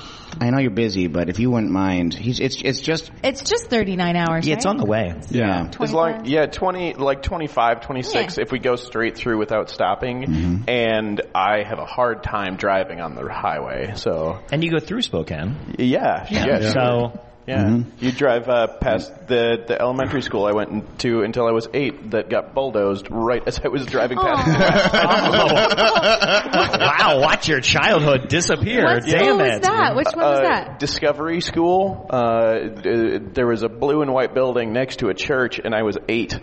[SPEAKER 2] I know you're busy, but if you wouldn't mind, he's, it's, it's just,
[SPEAKER 6] It's just 39 hours.
[SPEAKER 3] Yeah, it's
[SPEAKER 6] right?
[SPEAKER 3] on the way.
[SPEAKER 2] yeah.
[SPEAKER 4] As long, yeah, 20, like 25, 26
[SPEAKER 6] Yeah.
[SPEAKER 4] if we go straight through without stopping. And I have a hard time driving on the highway. So,
[SPEAKER 3] And you go through Spokane.
[SPEAKER 4] yeah, yeah. sure.
[SPEAKER 3] So
[SPEAKER 4] Yeah. You drive uh, past the, the elementary school I went to until I was eight that got bulldozed right as I was driving past.
[SPEAKER 3] wow, watch your childhood disappear.
[SPEAKER 6] What
[SPEAKER 3] Damn
[SPEAKER 6] school was
[SPEAKER 3] it.
[SPEAKER 6] that? Which one Oh, was
[SPEAKER 4] Uh,
[SPEAKER 6] that?
[SPEAKER 4] Discovery School. Uh, uh, there was a blue and white building next to a church, and I was eight.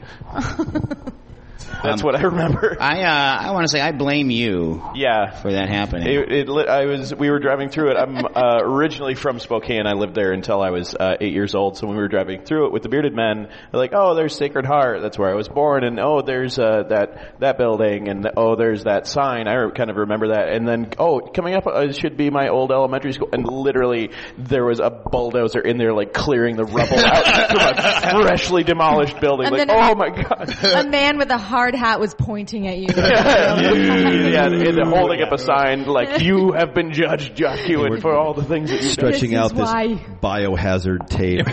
[SPEAKER 4] That's what I remember.
[SPEAKER 2] I, uh, I want to say I blame you
[SPEAKER 4] yeah.
[SPEAKER 2] for that happening.
[SPEAKER 4] It, it, lit- I was. We were driving through it. I'm uh, originally from Spokane. I lived there until I was uh, eight years old. So when we were driving through it with the bearded men, they're like, "Oh, there's Sacred Heart. That's where I was born." And oh, there's uh, that that building. And oh, there's that sign. I re- kind of remember that. And then oh, coming up uh, should be my old elementary school. And literally, there was a bulldozer in there, like clearing the rubble out from a freshly demolished building.
[SPEAKER 6] And
[SPEAKER 4] like,
[SPEAKER 6] then-
[SPEAKER 4] oh my god.
[SPEAKER 6] A man with a hard hat was pointing at you.
[SPEAKER 4] yeah, and they're holding up a sign like "You have been judged, Josh Hewitt, for all the things that you've done."
[SPEAKER 6] This
[SPEAKER 7] Stretching
[SPEAKER 6] is
[SPEAKER 7] out this
[SPEAKER 6] why-
[SPEAKER 7] biohazard tape.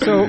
[SPEAKER 1] So,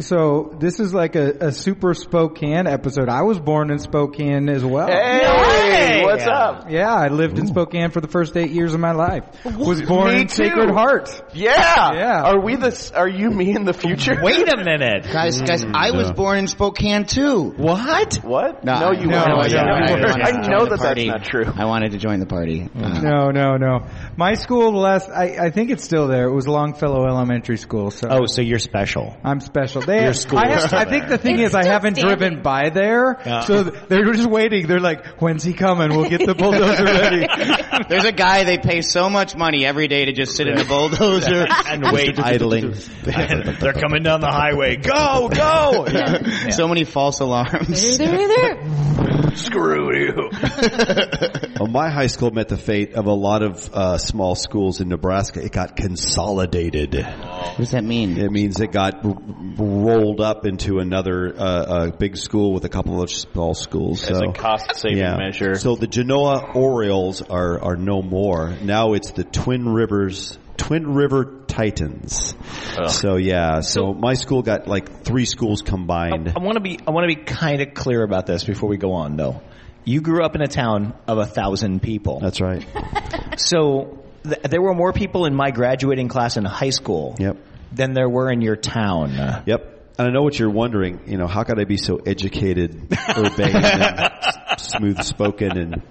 [SPEAKER 1] so this is like a, a super Spokane episode. I was born in Spokane as well.
[SPEAKER 4] Hey, what's up?
[SPEAKER 1] Yeah, I lived in Spokane for the first eight years of my life. Was born
[SPEAKER 4] Me
[SPEAKER 1] in
[SPEAKER 4] too.
[SPEAKER 1] Sacred Heart.
[SPEAKER 4] Yeah,
[SPEAKER 1] Yeah.
[SPEAKER 3] Oh.
[SPEAKER 4] Are we this? Are you me in the future?
[SPEAKER 3] Wait a minute.
[SPEAKER 2] guys, guys, I was born in Spokane too.
[SPEAKER 3] What?
[SPEAKER 4] what?
[SPEAKER 2] No, I-
[SPEAKER 4] you
[SPEAKER 2] no,
[SPEAKER 4] weren't.
[SPEAKER 1] I
[SPEAKER 4] No,
[SPEAKER 1] don't.
[SPEAKER 4] you
[SPEAKER 1] I
[SPEAKER 4] weren't.
[SPEAKER 1] don't.
[SPEAKER 4] I
[SPEAKER 2] wanted to
[SPEAKER 4] know
[SPEAKER 2] join the
[SPEAKER 4] that that's
[SPEAKER 2] party.
[SPEAKER 4] not true.
[SPEAKER 2] I wanted to join the party. Uh,
[SPEAKER 1] No, no, no. My school, the last, I, I think it's still there. It was Longfellow Elementary School, so.
[SPEAKER 3] Oh, so you're special.
[SPEAKER 1] I'm special. They,
[SPEAKER 3] Your school
[SPEAKER 1] I,
[SPEAKER 3] is
[SPEAKER 1] have-
[SPEAKER 3] still
[SPEAKER 1] I think
[SPEAKER 3] there.
[SPEAKER 1] the thing
[SPEAKER 6] It's
[SPEAKER 1] is, I
[SPEAKER 6] still
[SPEAKER 1] haven't
[SPEAKER 6] standing.
[SPEAKER 1] driven by there, so th- they're just waiting. They're like, "When's he coming? We'll get the bulldozer ready."
[SPEAKER 2] Uh, There's a guy they pay so much money every day to just sit in a bulldozer and wait.
[SPEAKER 7] idling.
[SPEAKER 3] They're coming down the highway. Go, go!
[SPEAKER 2] So many false alarms.
[SPEAKER 6] There, there, there.
[SPEAKER 7] Well, my high school met the fate of a lot of uh, small schools in Nebraska. It got consolidated.
[SPEAKER 2] What does that mean?
[SPEAKER 7] It means it got r- rolled up into another uh, uh, big school with a couple of small schools. So.
[SPEAKER 4] As a cost-saving measure.
[SPEAKER 7] So the Genoa Orioles are, are no more. Now it's the Twin Rivers, Twin River Titans. So yeah, so, my school got like three schools combined.
[SPEAKER 3] I want to be, I want to be kind of clear about this before we go on though. You grew up in a town of a thousand people.
[SPEAKER 7] That's right.
[SPEAKER 3] so th- there were more people in my graduating class in high school.
[SPEAKER 7] Yep.
[SPEAKER 3] Than there were in your town.
[SPEAKER 7] Yep. And I know what you're wondering, you know, how could I be so educated, urbane, and smooth spoken and,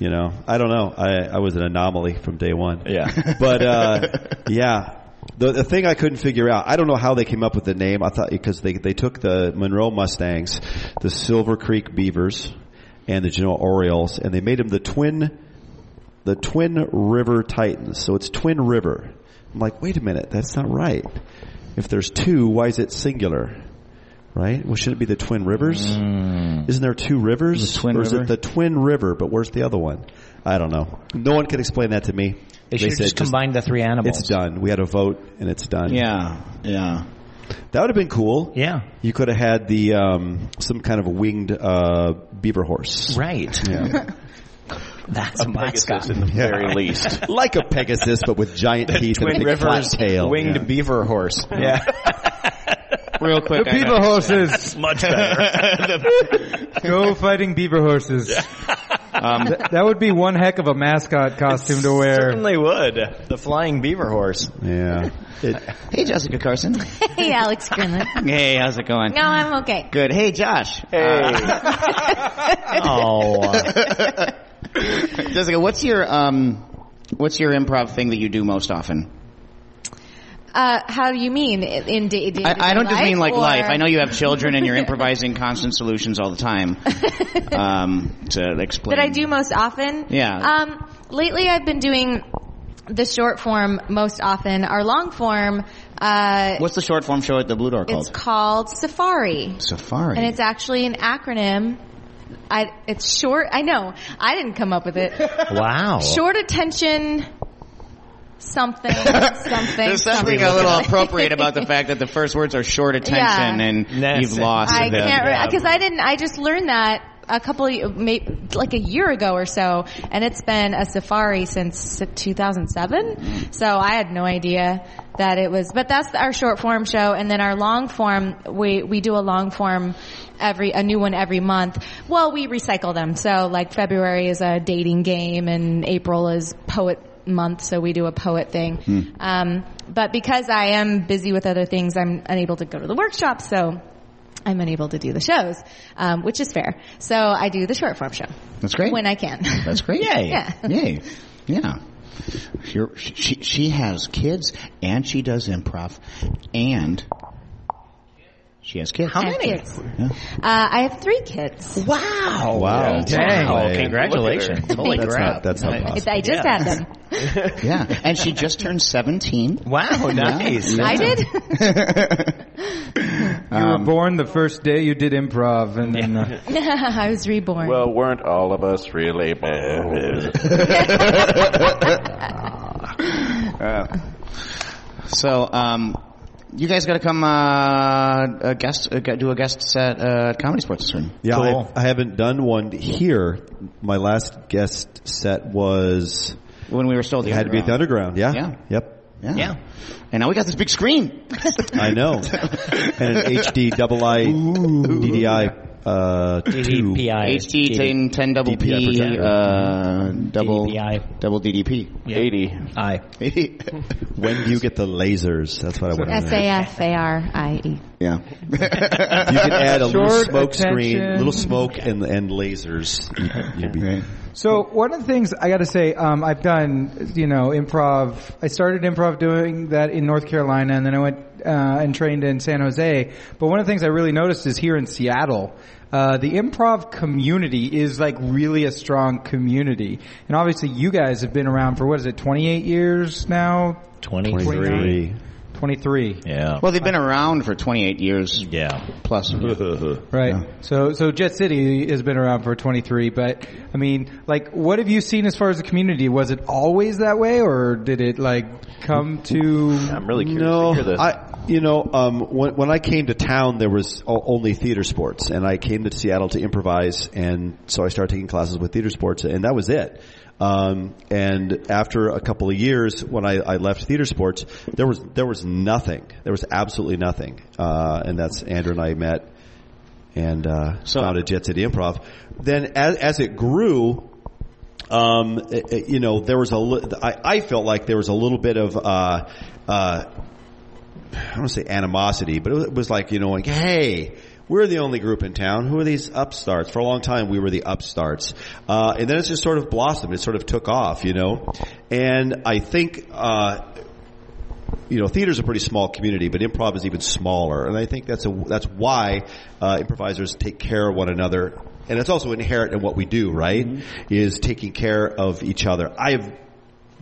[SPEAKER 7] you know, I don't know. I, I was an anomaly from day one.
[SPEAKER 3] Yeah.
[SPEAKER 7] But, uh, yeah. The, the thing I couldn't figure out, I don't know how they came up with the name. I thought, because they, they took the Monroe Mustangs, the Silver Creek Beavers, and the Genoa Orioles, and they made them the twin the Twin River Titans. So it's Twin River. I'm like, wait a minute, that's not right. If there's two, why is it singular? Right? Well, should it be the Twin Rivers? Isn't there two
[SPEAKER 3] Mm.
[SPEAKER 7] rivers?
[SPEAKER 3] The Twin
[SPEAKER 7] or is
[SPEAKER 3] River?
[SPEAKER 7] it the Twin River? But where's the other one? I don't know. No one could explain that to me.
[SPEAKER 3] They should have just combined the three animals.
[SPEAKER 7] it's done. We had a vote and it's done.
[SPEAKER 2] Yeah, yeah.
[SPEAKER 7] That would have been cool.
[SPEAKER 3] Yeah.
[SPEAKER 7] You could have had the um, some kind of a winged uh, beaver horse.
[SPEAKER 3] Right.
[SPEAKER 7] Yeah.
[SPEAKER 3] That's a
[SPEAKER 4] Pegasus
[SPEAKER 3] mascot.
[SPEAKER 4] in the very least.
[SPEAKER 7] like a Pegasus, but with giant teeth and a big flat tail.
[SPEAKER 10] winged
[SPEAKER 7] Yeah.
[SPEAKER 10] beaver horse.
[SPEAKER 1] Yeah.
[SPEAKER 2] Real quick,
[SPEAKER 1] The
[SPEAKER 2] I
[SPEAKER 1] beaver
[SPEAKER 2] got-
[SPEAKER 1] horses.
[SPEAKER 3] Much better.
[SPEAKER 1] Go fighting beaver horses.
[SPEAKER 2] Um,
[SPEAKER 1] Th- that would be one heck of a mascot costume to wear.
[SPEAKER 10] Certainly would. The flying beaver horse.
[SPEAKER 7] Yeah.
[SPEAKER 2] hey, Jessica Carson.
[SPEAKER 11] Hey, Alex Grinlin.
[SPEAKER 2] hey, how's it going?
[SPEAKER 11] No, I'm okay.
[SPEAKER 2] Good. Hey, Josh. Uh,
[SPEAKER 3] Oh,
[SPEAKER 2] Jessica, what's your um, what's your improv thing that you do most often?
[SPEAKER 11] Uh, how do you mean in day, day
[SPEAKER 2] I, I don't just mean like
[SPEAKER 11] or-
[SPEAKER 2] life. I know you have children and you're improvising constant solutions all the time. Um, to explain
[SPEAKER 6] that I do most often.
[SPEAKER 2] Yeah.
[SPEAKER 6] Um, lately I've been doing the short form most often. Our long form, uh,
[SPEAKER 2] What's the short form show at the Blue Door
[SPEAKER 6] it's
[SPEAKER 2] called?
[SPEAKER 6] called Safari.
[SPEAKER 2] Safari.
[SPEAKER 6] And it's actually an acronym. I, it's short, I know. I didn't come up with it.
[SPEAKER 3] wow.
[SPEAKER 6] Short attention something, something.
[SPEAKER 2] There's something a little appropriate about the fact that the first words are short attention
[SPEAKER 6] Yeah.
[SPEAKER 2] and
[SPEAKER 3] That's
[SPEAKER 2] you've
[SPEAKER 3] it.
[SPEAKER 2] lost
[SPEAKER 6] I
[SPEAKER 2] them.
[SPEAKER 6] can't because I didn't. I just learned that a couple, of, maybe like a year ago or so, and it's been a safari since 2007. So I had no idea that it was. But that's our short form show, and then our long form. We we do a long form every a new one every month. Well, we recycle them. So like February is a dating game, and April is poet month so we do a poet thing um, but because i am busy with other things i'm unable to go to the workshop so I'm unable to do the shows, um, which is fair. So I do the short form show
[SPEAKER 2] That's great.
[SPEAKER 6] when I can.
[SPEAKER 2] That's great.
[SPEAKER 3] Yay.
[SPEAKER 6] Yeah.
[SPEAKER 2] Yay. Yeah. You're, she, she has kids and she does improv and she has kids.
[SPEAKER 6] How many? Kids.
[SPEAKER 2] Yeah.
[SPEAKER 6] Uh, I have three kids.
[SPEAKER 3] Wow.
[SPEAKER 7] Wow.
[SPEAKER 1] Dang.
[SPEAKER 3] Wow.
[SPEAKER 7] Hey,
[SPEAKER 3] Oh, Congratulations. Holy
[SPEAKER 7] that's
[SPEAKER 3] crap.
[SPEAKER 7] not that's not
[SPEAKER 6] It's-
[SPEAKER 7] possible.
[SPEAKER 6] I just had them.
[SPEAKER 2] Yeah. And she just turned 17.
[SPEAKER 3] Wow, nice.
[SPEAKER 6] I did.
[SPEAKER 1] You were born the first day you did improv, and then uh,
[SPEAKER 6] I was reborn.
[SPEAKER 4] well, weren't all of us really bad?
[SPEAKER 2] So, um, you guys gotta come, uh, a guest, uh, do a guest set, uh, at Comedy Sports this room.
[SPEAKER 7] Yeah, I-
[SPEAKER 3] Cool.
[SPEAKER 7] I, haven't done one here. My last guest set was
[SPEAKER 2] When we were still at the
[SPEAKER 7] had to be at the
[SPEAKER 2] Underground.
[SPEAKER 7] underground. Yeah.
[SPEAKER 2] Yeah.
[SPEAKER 7] Yep.
[SPEAKER 2] Yeah. And now we got this big screen.
[SPEAKER 7] I know. and an HD double I DDI uh, two.
[SPEAKER 3] DDPI.
[SPEAKER 2] HD 10, 10 double
[SPEAKER 7] DPI
[SPEAKER 2] P,
[SPEAKER 7] protector.
[SPEAKER 2] uh, double,
[SPEAKER 3] DDPI.
[SPEAKER 2] double DDP.
[SPEAKER 4] Eighty.
[SPEAKER 3] I.
[SPEAKER 7] When do you get the lasers? That's what I want to
[SPEAKER 6] S
[SPEAKER 7] know.
[SPEAKER 6] A F A R I E.
[SPEAKER 2] yeah.
[SPEAKER 7] You could add a little
[SPEAKER 1] Short
[SPEAKER 7] smoke screen,
[SPEAKER 1] attention.
[SPEAKER 7] little smoke and and lasers. You'd be-
[SPEAKER 1] So one of the things I got to say, um, I've done, you know, improv. I started improv doing that in North Carolina, and then I went uh, and trained in San Jose. But one of the things I really noticed is here in Seattle, uh, the improv community is like really a strong community. And obviously, you guys have been around for what is it, 28 years now?
[SPEAKER 3] 23.
[SPEAKER 1] 23.
[SPEAKER 3] Yeah.
[SPEAKER 2] Well, they've been around for 28 years
[SPEAKER 3] Yeah.
[SPEAKER 2] plus.
[SPEAKER 1] Right. So so Jet City has been around for 23, but I mean, like what have you seen as far as the community? Was it always that way or did it like come to
[SPEAKER 4] I'm really curious
[SPEAKER 7] no,
[SPEAKER 4] to hear this.
[SPEAKER 7] I, you know, um, when, when I came to town, there was o- only theater sports, and I came to Seattle to improvise, and so I started taking classes with theater sports, and that was it. Um, and after a couple of years, when I, I left theater sports, there was there was nothing. There was absolutely nothing, uh, and that's Andrew and I met and uh, founded Jet City Improv. Then, as, as it grew, um, it- it- you know, there was a. Li- I, I felt like there was a little bit of. Uh, uh, I don't want to say animosity, but it was, it was like you know, like hey. We're the only group in town. Who are these upstarts? For a long time, we were the upstarts, uh, and then it just sort of blossomed. It sort of took off, you know. And I think uh, you know, theater's a pretty small community, but improv is even smaller. And I think that's a, that's why uh, improvisers take care of one another. And it's also inherent in what we do, right? Is taking care of each other. I've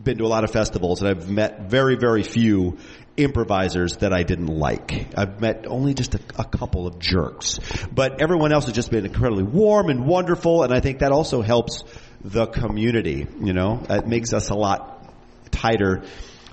[SPEAKER 7] been to a lot of festivals and I've met very, very few improvisers that I didn't like. I've met only just a, a couple of jerks. But everyone else has just been incredibly warm and wonderful. And I think that also helps the community, you know, it makes us a lot tighter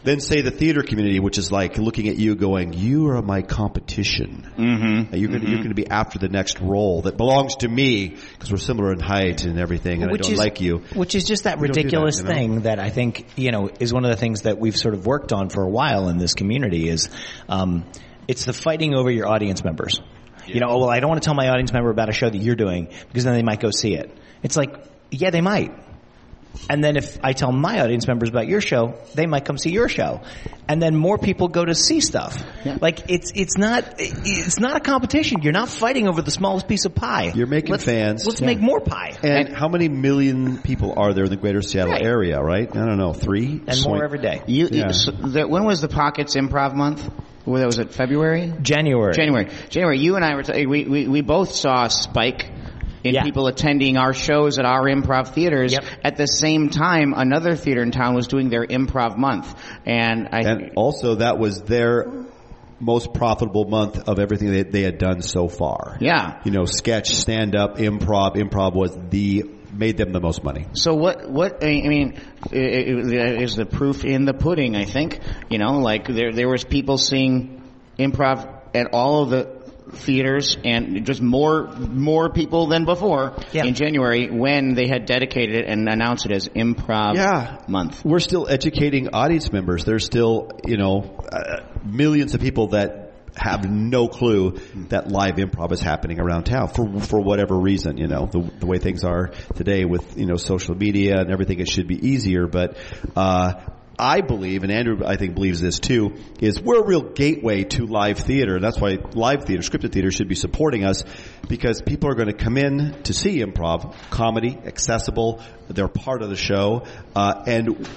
[SPEAKER 7] Then say the theater community, which is like looking at you going, you are my competition. Mm-hmm. You're going to you're going to be after the next role that belongs to me because we're similar in height and everything and I don't
[SPEAKER 3] is,
[SPEAKER 7] like you.
[SPEAKER 3] Which is just that
[SPEAKER 7] don't do that,
[SPEAKER 3] ridiculous
[SPEAKER 7] you know?
[SPEAKER 3] thing that I think, you know, is one of the things that we've sort of worked on for a while in this community is, um, it's the fighting over your audience members. You know, oh, well, I don't want to tell my audience member about a show that you're doing because then they might go see it. It's like, yeah, they might. And then if I tell my audience members about your show, they might come see your show. And then more people go to see stuff. Like it's it's not it's not a competition. You're not fighting over the smallest piece of pie.
[SPEAKER 7] You're making
[SPEAKER 3] Let's-
[SPEAKER 7] fans.
[SPEAKER 3] Let's make more pie.
[SPEAKER 7] And, how many million people are there in the greater Seattle
[SPEAKER 3] Right.
[SPEAKER 7] area, right? I don't know, three?
[SPEAKER 3] and
[SPEAKER 7] Swi-
[SPEAKER 3] more every day.
[SPEAKER 2] You, you-
[SPEAKER 7] Yeah.
[SPEAKER 2] so that- when was the Pockets Improv Month? Well, that was it February,
[SPEAKER 3] January.
[SPEAKER 2] January, January. You and I were t- eh, we, we we both saw a spike in
[SPEAKER 3] Yeah.
[SPEAKER 2] people attending our shows at our improv theaters.
[SPEAKER 3] Yep.
[SPEAKER 2] At the same time, another theater in town was doing their Improv Month, and I
[SPEAKER 7] And also that was their most profitable month of everything that they had done so far.
[SPEAKER 2] yeah.
[SPEAKER 7] You know, sketch, stand up, improv. Improv was the, made them the most money.
[SPEAKER 2] So what? What I I mean i- i- is the proof in the pudding. I think you know, like there there was people seeing improv at all of the theaters and just more more people than before
[SPEAKER 3] Yeah.
[SPEAKER 2] in January when they had dedicated it and announced it as Improv
[SPEAKER 7] Yeah.
[SPEAKER 2] Month.
[SPEAKER 7] We're still educating audience members. There's still, you know, uh, millions of people that have no clue that live improv is happening around town for for whatever reason. You know, the, the way things are today with you know social media and everything, it should be easier. But uh, I believe, and Andrew I think believes this too, is we're a real gateway to live theater. And that's why live theater, scripted theater should be supporting us because people are going to come in to see improv, comedy, accessible. They're part of the show. Uh, and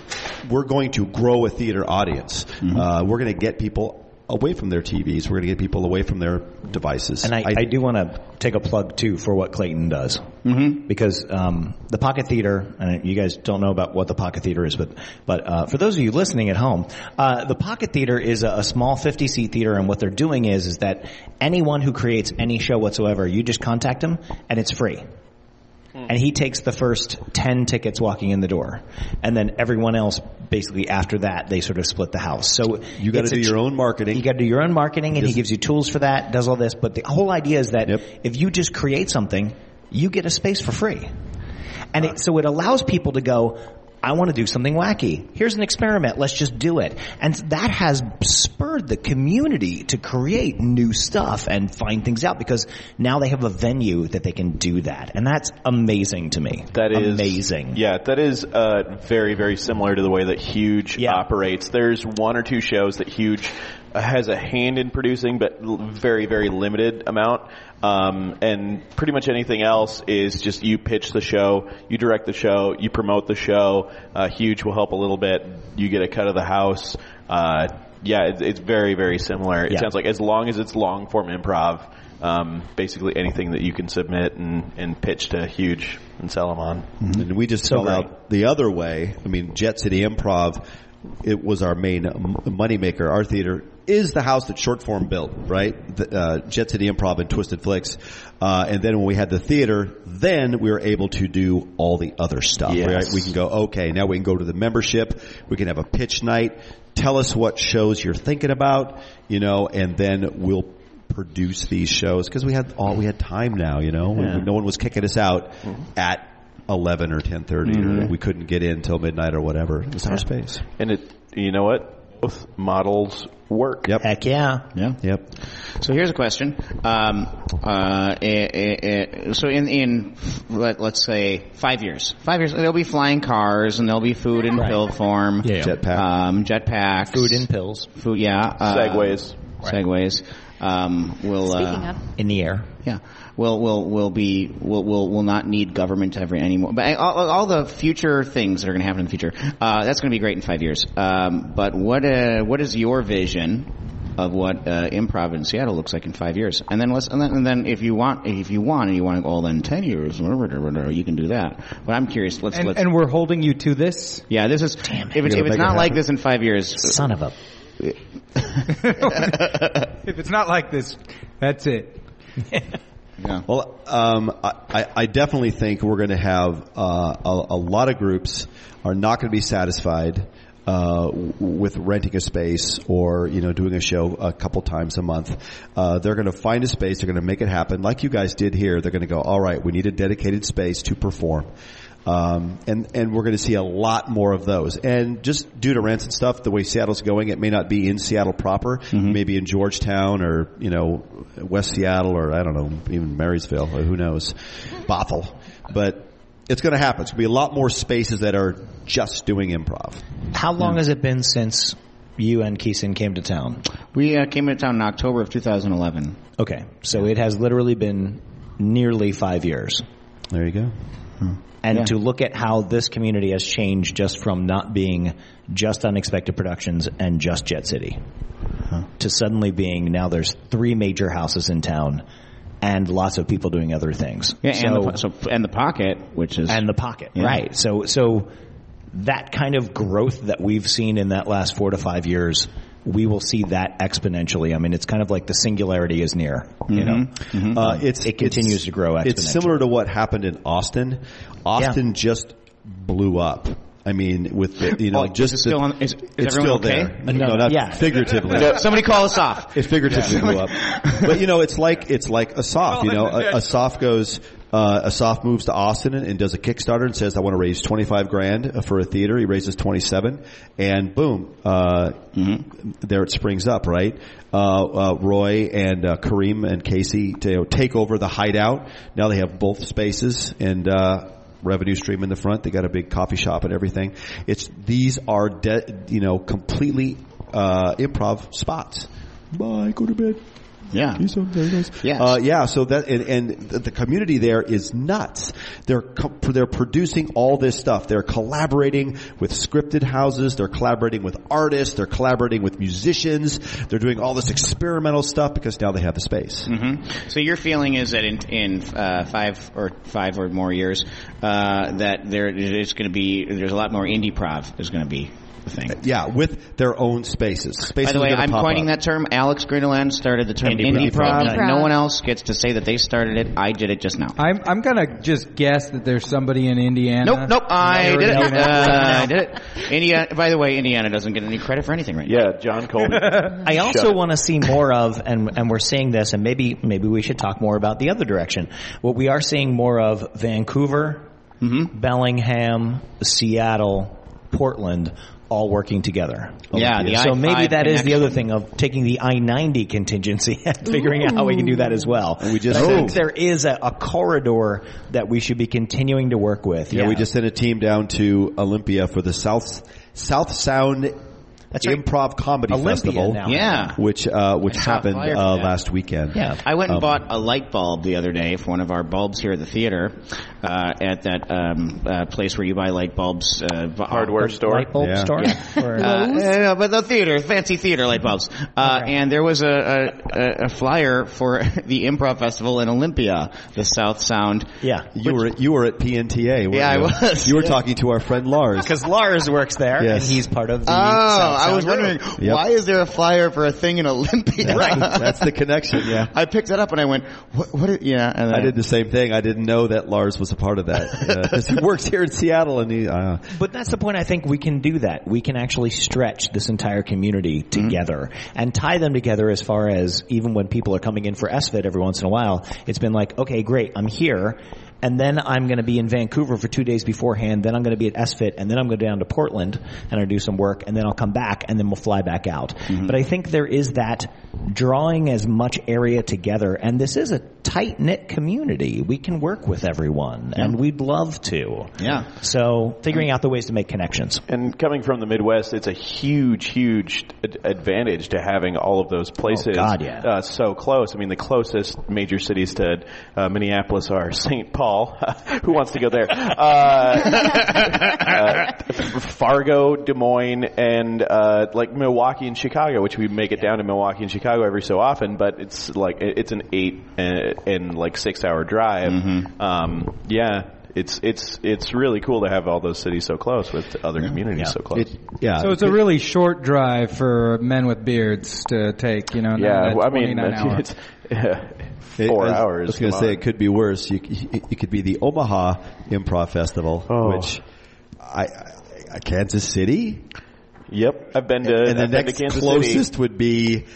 [SPEAKER 7] we're going to grow a theater audience.
[SPEAKER 3] Mm-hmm.
[SPEAKER 7] Uh, we're going to get people away from their TVs. We're going to get people away from their devices.
[SPEAKER 3] And I, I, do want to take a plug too for what Clayton does, mm-hmm. because um, the Pocket Theater, and you guys don't know about what the Pocket Theater is, but but uh, for those of you listening at home, uh, the Pocket Theater is a, a small 50 seat theater, and what they're doing is is that anyone who creates any show whatsoever, you just contact him, and it's free.
[SPEAKER 7] Hmm.
[SPEAKER 3] And he takes the first 10 tickets walking in the door. And then everyone else, basically after that, they sort of split the house. So
[SPEAKER 7] you got to
[SPEAKER 3] it's a
[SPEAKER 7] do your
[SPEAKER 3] ch-
[SPEAKER 7] own marketing.
[SPEAKER 3] you got to do your own marketing, and he gives you tools for that, does all this. But the whole idea is that
[SPEAKER 7] Yep.
[SPEAKER 3] if you just create something, you get a space for free. And it, so it allows people to go, I want to do something wacky. Here's an experiment. Let's just do it. And that has spurred the community to create new stuff and find things out because now they have a venue that they can do that. And that's amazing to me.
[SPEAKER 4] That is
[SPEAKER 3] amazing.
[SPEAKER 4] Yeah, that is uh, very very similar to the way that Huge
[SPEAKER 3] Yeah.
[SPEAKER 4] operates. There's one or two shows that Huge has a hand in producing, but l- very very limited amount. Um, and pretty much anything else is just you pitch the show, you direct the show, you promote the show. Uh, Huge will help a little bit. You get a cut of the house. Uh, yeah, it's, it's very very similar. It
[SPEAKER 3] Yeah.
[SPEAKER 4] sounds like as long as it's long form improv. Um, basically anything that you can submit and, and pitch to huge and sell them on.
[SPEAKER 7] And we just fell out the other way. I mean, Jet City Improv, it was our main m- moneymaker. Our theater is the house that Shortform built, right? The, uh, Jet City Improv and Twisted Flicks. Uh, and then when we had the theater, then we were able to do all the other stuff,
[SPEAKER 4] Yes.
[SPEAKER 7] right? We can go, okay, now we can go to the membership. We can have a pitch night. Tell us what shows you're thinking about, you know, and then we'll produce these shows because we had all we had time now, you know. We- no one was kicking us out at eleven or ten or we couldn't get in till midnight or whatever. Mm-hmm. It was our space.
[SPEAKER 4] And it, you know what? Both models work.
[SPEAKER 7] Yep.
[SPEAKER 3] Heck yeah.
[SPEAKER 2] Yeah.
[SPEAKER 7] Yep.
[SPEAKER 2] So here's a question. Um, uh, eh, eh, eh, so in in let, let's say five years, five years, there'll be flying cars and there'll be food in pill form,
[SPEAKER 12] Yeah.
[SPEAKER 7] Jetpack.
[SPEAKER 2] um, jetpacks,
[SPEAKER 3] Food and pills
[SPEAKER 2] food, yeah, uh,
[SPEAKER 4] Segways.
[SPEAKER 2] segways. Um, will
[SPEAKER 9] Speaking
[SPEAKER 2] uh,
[SPEAKER 9] of,
[SPEAKER 3] in the air.
[SPEAKER 2] yeah, will will will be will will will not need government ever anymore. But uh, all, all the future things that are going to happen in the future, uh, that's going to be great in five years. Um, but what uh, what is your vision of what uh, improv in Seattle looks like in five years? And then let's and then, and then if you want if you want and you want to go all then ten years, you can do that. But I'm curious. Let's
[SPEAKER 1] And,
[SPEAKER 2] let's.
[SPEAKER 1] and we're holding you to this.
[SPEAKER 2] yeah, this is if it's, if it's not like this in five years, uh,
[SPEAKER 3] Son of a.
[SPEAKER 1] If it's not like this, that's it.
[SPEAKER 7] Well, um, I- I, I definitely think we're going to have uh, a, a lot of groups are not going to be satisfied uh, w- with renting a space or you know doing a show a couple times a month. Uh, they're going to find a space. They're going to make it happen, like you guys did here. They're going to go, all right, we need a dedicated space to perform. Um, and and we're going to see a lot more of those. And just due to rents and stuff, the way Seattle's going, it may not be in Seattle proper.
[SPEAKER 2] Mm-hmm.
[SPEAKER 7] Maybe in Georgetown or you know West Seattle or I don't know even Marysville. Or who knows, Bothell. But it's going to happen. It's going to be a lot more spaces that are just doing improv.
[SPEAKER 3] How long has it been since you and Keeson came to town?
[SPEAKER 2] We uh, came into town in October of 2011.
[SPEAKER 3] Okay, so it has literally been nearly five years.
[SPEAKER 7] There you go.
[SPEAKER 3] and to look at how this community has changed just from not being just unexpected productions and just jet city to suddenly being now there's three major houses in town and lots of people doing other things
[SPEAKER 2] Yeah,
[SPEAKER 3] so,
[SPEAKER 2] and, the, po- so, and the pocket, which is
[SPEAKER 3] and the pocket right so so that kind of growth that we've seen in that last four to five years we will see that exponentially i mean it's kind of like the singularity is near you know
[SPEAKER 2] Mm-hmm.
[SPEAKER 7] Uh, it's,
[SPEAKER 3] It continues
[SPEAKER 7] it's-
[SPEAKER 3] to grow
[SPEAKER 7] It's
[SPEAKER 3] exponentially.
[SPEAKER 7] similar to what happened in Austin. Austin just blew up. I mean, with the, you know,
[SPEAKER 2] Oh,
[SPEAKER 7] just
[SPEAKER 2] is it
[SPEAKER 7] the-
[SPEAKER 2] still on- is- is
[SPEAKER 7] it's
[SPEAKER 2] everyone
[SPEAKER 7] still
[SPEAKER 2] okay?
[SPEAKER 7] there. No, not
[SPEAKER 3] yeah.
[SPEAKER 7] figuratively.
[SPEAKER 2] somebody call us off.
[SPEAKER 7] It figuratively blew up. But you know, it's like it's like Asaf. You know, A- Asaf goes. Uh, Asaf moves to Austin and, and does a Kickstarter and says, "I want to raise twenty five grand for a theater." He raises twenty seven, and boom, uh, there it springs up. Right, uh, uh, Roy and uh, Kareem and Casey you know, take over the hideout. Now they have both spaces and. Uh, revenue stream in the front. They got a big coffee shop and everything. It's these are de- you know completely uh, improv spots. Bye, go to bed.
[SPEAKER 2] Yeah.
[SPEAKER 7] Peace out, very nice.
[SPEAKER 2] Yes.
[SPEAKER 7] Uh, yeah. So that and, and the, the community there is nuts. They're co- they're producing all this stuff. They're collaborating with scripted houses. They're collaborating with artists. They're collaborating with musicians. They're doing all this experimental stuff because now they have a space.
[SPEAKER 2] Mm-hmm. So your feeling is that in, in uh, five or five or more years, uh, that there is going to be there's a lot more indie prov is going to be the thing.
[SPEAKER 7] Yeah, with their own spaces. spaces
[SPEAKER 2] By the way,
[SPEAKER 7] are gonna
[SPEAKER 2] I'm
[SPEAKER 7] pop
[SPEAKER 2] coining
[SPEAKER 7] up.
[SPEAKER 2] that term. Alex Greenland started the term
[SPEAKER 3] Indie
[SPEAKER 2] indie,
[SPEAKER 3] prov.
[SPEAKER 2] prov.
[SPEAKER 9] Indie prov.
[SPEAKER 2] No one else gets to say that they started it. I did it just now.
[SPEAKER 1] I'm I'm gonna just guess that there's somebody in Indiana.
[SPEAKER 3] Uh-huh.
[SPEAKER 2] Nope, nope, I
[SPEAKER 1] Or
[SPEAKER 2] did it.
[SPEAKER 1] Indiana.
[SPEAKER 2] Uh, I did it. Indiana, by the way, Indiana doesn't get any credit for anything right now.
[SPEAKER 4] Yeah, John Coleman.
[SPEAKER 3] I
[SPEAKER 4] Shut
[SPEAKER 3] also
[SPEAKER 4] it.
[SPEAKER 3] want to see more of, and and we're seeing this, and maybe maybe we should talk more about the other direction. What we are seeing more of: Vancouver,
[SPEAKER 7] Mm-hmm.
[SPEAKER 3] Bellingham, Seattle, Portland, all working together.
[SPEAKER 2] Yeah, the
[SPEAKER 3] so
[SPEAKER 2] I-5
[SPEAKER 3] maybe that is the
[SPEAKER 2] connection.
[SPEAKER 3] other thing of taking the I ninety contingency and figuring out how we can do that as well.
[SPEAKER 7] we just
[SPEAKER 3] I
[SPEAKER 7] said-
[SPEAKER 3] think there is a, a corridor that we should be continuing to work with.
[SPEAKER 7] Yeah, we just sent a team down to Olympia for the South South Sound
[SPEAKER 3] That's right.
[SPEAKER 7] Improv Comedy
[SPEAKER 3] Olympia
[SPEAKER 7] Festival,
[SPEAKER 3] now.
[SPEAKER 2] Yeah.
[SPEAKER 7] which uh, which
[SPEAKER 2] shot
[SPEAKER 7] happened
[SPEAKER 2] fire for
[SPEAKER 7] uh,
[SPEAKER 2] that.
[SPEAKER 7] last weekend.
[SPEAKER 3] Yeah. Um,
[SPEAKER 2] I went and bought a light bulb the other day for one of our bulbs here at the theater, uh, at that um, uh, place where you buy light bulbs. Uh, b-
[SPEAKER 4] Hardware store.
[SPEAKER 3] light bulb
[SPEAKER 7] Yeah.
[SPEAKER 3] store. Or-
[SPEAKER 2] Uh, yeah, but the theater, fancy theater light bulbs. Uh, And there was a, a, a- a flyer for the improv festival in Olympia, the South Sound.
[SPEAKER 3] yeah.
[SPEAKER 7] You were you were at PNTA. Weren't
[SPEAKER 2] Yeah, I
[SPEAKER 7] you?
[SPEAKER 2] was.
[SPEAKER 7] You were talking to our friend Lars.
[SPEAKER 3] Because Lars works there,
[SPEAKER 7] Yes.
[SPEAKER 3] and he's part of the.
[SPEAKER 2] Oh,
[SPEAKER 3] South
[SPEAKER 2] I
[SPEAKER 3] Sound
[SPEAKER 2] was
[SPEAKER 3] group.
[SPEAKER 2] wondering
[SPEAKER 7] Yep.
[SPEAKER 2] why is there a flyer for a thing in Olympia?
[SPEAKER 7] That's the connection. Yeah.
[SPEAKER 2] I picked it up and I went, what? what is, yeah, and
[SPEAKER 7] I
[SPEAKER 2] then-
[SPEAKER 7] did the same thing. I didn't know that Lars was a part of that. Uh 'cause he works here in Seattle, and he. Uh,
[SPEAKER 3] But that's the point. I think we can do that. We can actually stretch this entire community together and tie them together as far as even when people are coming in for SFIT every once in a while, it's been like, okay, great, I'm here. And then I'm going to be in Vancouver for two days beforehand. Then I'm going to be at SFIT and then I'm going down to Portland and I'll do some work and then I'll come back and then we'll fly back out. But I think there is that drawing as much area together. And this is a tight knit community. We can work with everyone and we'd love to.
[SPEAKER 2] Yeah.
[SPEAKER 3] So figuring out the ways to make connections.
[SPEAKER 4] And coming from the Midwest, it's a huge, huge ad- advantage to having all of those places
[SPEAKER 3] Oh, God, yeah.
[SPEAKER 4] uh, so close. I mean, the closest major cities to uh, Minneapolis are St. Paul. Who wants to go there? Uh, uh, Fargo, Des Moines, and uh, like Milwaukee and Chicago, which we make it down to Milwaukee and Chicago every so often. But it's like it- it's an eight and, and like six hour drive.
[SPEAKER 7] Mm-hmm.
[SPEAKER 4] Um, yeah. It's it's it's really cool to have all those cities so close with other communities so close.
[SPEAKER 7] it, yeah.
[SPEAKER 1] So it's a really short drive for men with beards to take. You know,
[SPEAKER 4] Yeah,
[SPEAKER 1] not
[SPEAKER 4] well, I
[SPEAKER 1] that
[SPEAKER 4] mean,
[SPEAKER 1] 29 hour.
[SPEAKER 4] it's
[SPEAKER 7] It-
[SPEAKER 4] four
[SPEAKER 7] I was-
[SPEAKER 4] hours.
[SPEAKER 7] I was going to
[SPEAKER 4] come
[SPEAKER 7] say
[SPEAKER 4] on.
[SPEAKER 7] it could be worse. You, c- it could be the Omaha Improv Festival,
[SPEAKER 4] Oh.
[SPEAKER 7] which I, I, I- Kansas City.
[SPEAKER 4] Yep, I've been to.
[SPEAKER 7] And the
[SPEAKER 4] I've been
[SPEAKER 7] next
[SPEAKER 4] to Kansas
[SPEAKER 7] closest
[SPEAKER 4] City.
[SPEAKER 7] would be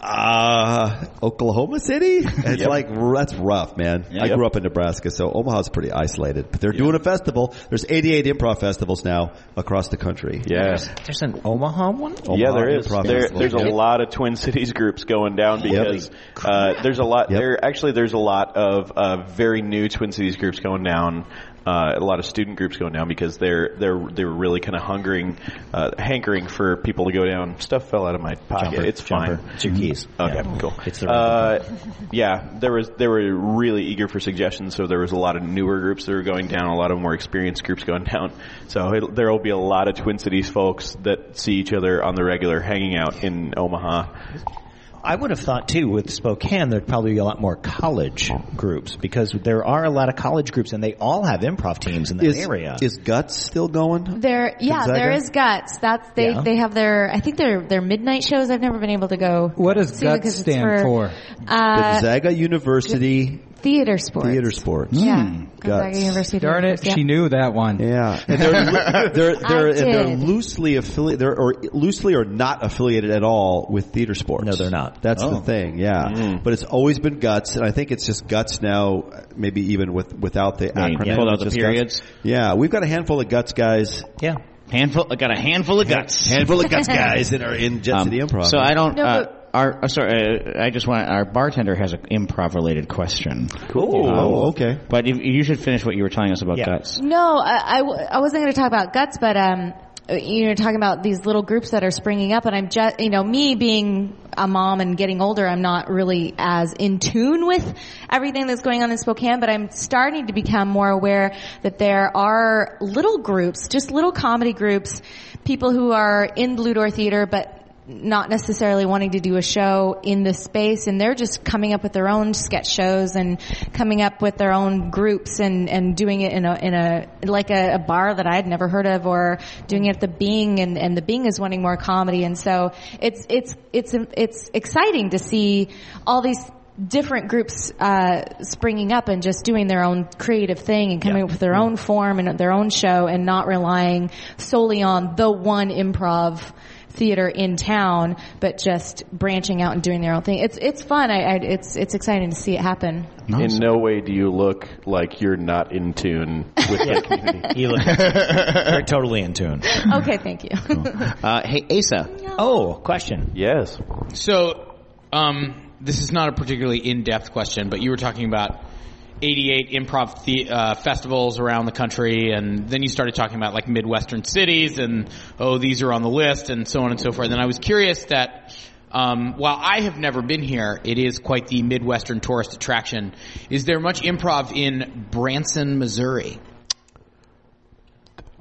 [SPEAKER 7] uh, Oklahoma City. It's
[SPEAKER 4] Yep.
[SPEAKER 7] like that's rough, man. I
[SPEAKER 4] Yep.
[SPEAKER 7] grew up in Nebraska, so Omaha's pretty isolated. But they're doing a festival. There's 88 improv festivals now across the country.
[SPEAKER 4] Yeah.
[SPEAKER 3] There's an Omaha one?
[SPEAKER 4] Yeah,
[SPEAKER 7] Omaha
[SPEAKER 4] there is.
[SPEAKER 7] Improv
[SPEAKER 4] There,
[SPEAKER 7] Festival.
[SPEAKER 4] there's a
[SPEAKER 7] Yep.
[SPEAKER 4] lot of Twin Cities groups going down because uh, there's a lot.
[SPEAKER 7] Yep.
[SPEAKER 4] There actually there's a lot of uh, very new Twin Cities groups going down. Uh, a lot of student groups going down because they're they're they're really kind of hungering, uh, hankering for people to go down. Stuff fell out of my pocket. it's fine.
[SPEAKER 3] It's your keys.
[SPEAKER 4] Okay,
[SPEAKER 3] Yeah.
[SPEAKER 4] cool.
[SPEAKER 3] It's the
[SPEAKER 4] uh, yeah, there was they were really eager for suggestions, so there was a lot of newer groups that were going down, a lot of more experienced groups going down. So it, there will be a lot of Twin Cities folks that see each other on the regular, hanging out in Omaha.
[SPEAKER 3] I would have thought too with Spokane there'd probably be a lot more college groups because there are a lot of college groups and they all have improv teams in that
[SPEAKER 7] Is,
[SPEAKER 3] area.
[SPEAKER 7] is Guts still going?
[SPEAKER 6] There, yeah,
[SPEAKER 7] Gonzaga?
[SPEAKER 6] there is guts. That's they.
[SPEAKER 3] Yeah.
[SPEAKER 6] They have their. I think their their midnight shows. I've never been able to go.
[SPEAKER 1] What does
[SPEAKER 6] see because
[SPEAKER 1] guts
[SPEAKER 6] it's
[SPEAKER 1] stand for?
[SPEAKER 6] Uh,
[SPEAKER 7] Gonzaga University
[SPEAKER 6] theater sports.
[SPEAKER 7] Theater Sports.
[SPEAKER 6] Yeah. Gonzaga
[SPEAKER 7] Guts.
[SPEAKER 6] University.
[SPEAKER 1] Darn it,
[SPEAKER 6] Theater
[SPEAKER 1] she
[SPEAKER 6] Sports,
[SPEAKER 1] knew that one.
[SPEAKER 7] Yeah, and they're they're they're,
[SPEAKER 6] I
[SPEAKER 7] and they're
[SPEAKER 6] did.
[SPEAKER 7] loosely affiliated, they're or loosely or not affiliated at all with theater sports.
[SPEAKER 3] No, they're not.
[SPEAKER 7] That's the thing. Yeah, but it's always been guts, and I think it's just guts now. Maybe even with without the
[SPEAKER 2] Right,
[SPEAKER 7] acronym,
[SPEAKER 2] yeah. Pull out
[SPEAKER 7] it's
[SPEAKER 2] the
[SPEAKER 7] just
[SPEAKER 2] periods.
[SPEAKER 7] Guts. Yeah, we've got a handful of guts guys,
[SPEAKER 3] yeah.
[SPEAKER 2] Handful. I got a handful of guts.
[SPEAKER 7] handful of guts guys that are in Jet City
[SPEAKER 2] Um,
[SPEAKER 7] Improv.
[SPEAKER 2] So I don't.
[SPEAKER 6] No,
[SPEAKER 2] uh,
[SPEAKER 6] but-
[SPEAKER 2] our uh, sorry, uh, I just want our bartender has an improv related question. Uh,
[SPEAKER 4] Cool.
[SPEAKER 7] oh, okay.
[SPEAKER 2] But you, you should finish what you were telling us about
[SPEAKER 3] Yeah.
[SPEAKER 2] guts.
[SPEAKER 6] yeah. No, I, I, w- I wasn't going to talk about guts, but um, you're talking about these little groups that are springing up, and I'm just, you know, me being a mom and getting older, I'm not really as in tune with everything that's going on in Spokane, but I'm starting to become more aware that there are little groups, just little comedy groups, people who are in Blue Door Theater, but not necessarily wanting to do a show in this space and they're just coming up with their own sketch shows and coming up with their own groups and, and doing it in a, in a, like a, a bar that I had never heard of or doing it at the Bing and, and the Bing is wanting more comedy and so it's, it's, it's, it's exciting to see all these different groups uh, springing up and just doing their own creative thing and coming up with their own form and their own show and not relying solely on the one improv theater in town, but just branching out and doing their own thing. It's it's fun. I, I it's it's exciting to see it happen.
[SPEAKER 4] In no way do you look like you're not in tune with the community.
[SPEAKER 3] You look- They're totally in tune.
[SPEAKER 6] Okay, thank you.
[SPEAKER 2] Uh, hey, Asa.
[SPEAKER 3] Oh, question.
[SPEAKER 4] Yes.
[SPEAKER 13] So, um, this is not a particularly in-depth question, but you were talking about 88 improv the- uh, festivals around the country, and then you started talking about like Midwestern cities, and oh, these are on the list, and so on and so forth. And I was curious that. Um, while I have never been here, it is quite the Midwestern tourist attraction. Is there much improv in Branson, Missouri?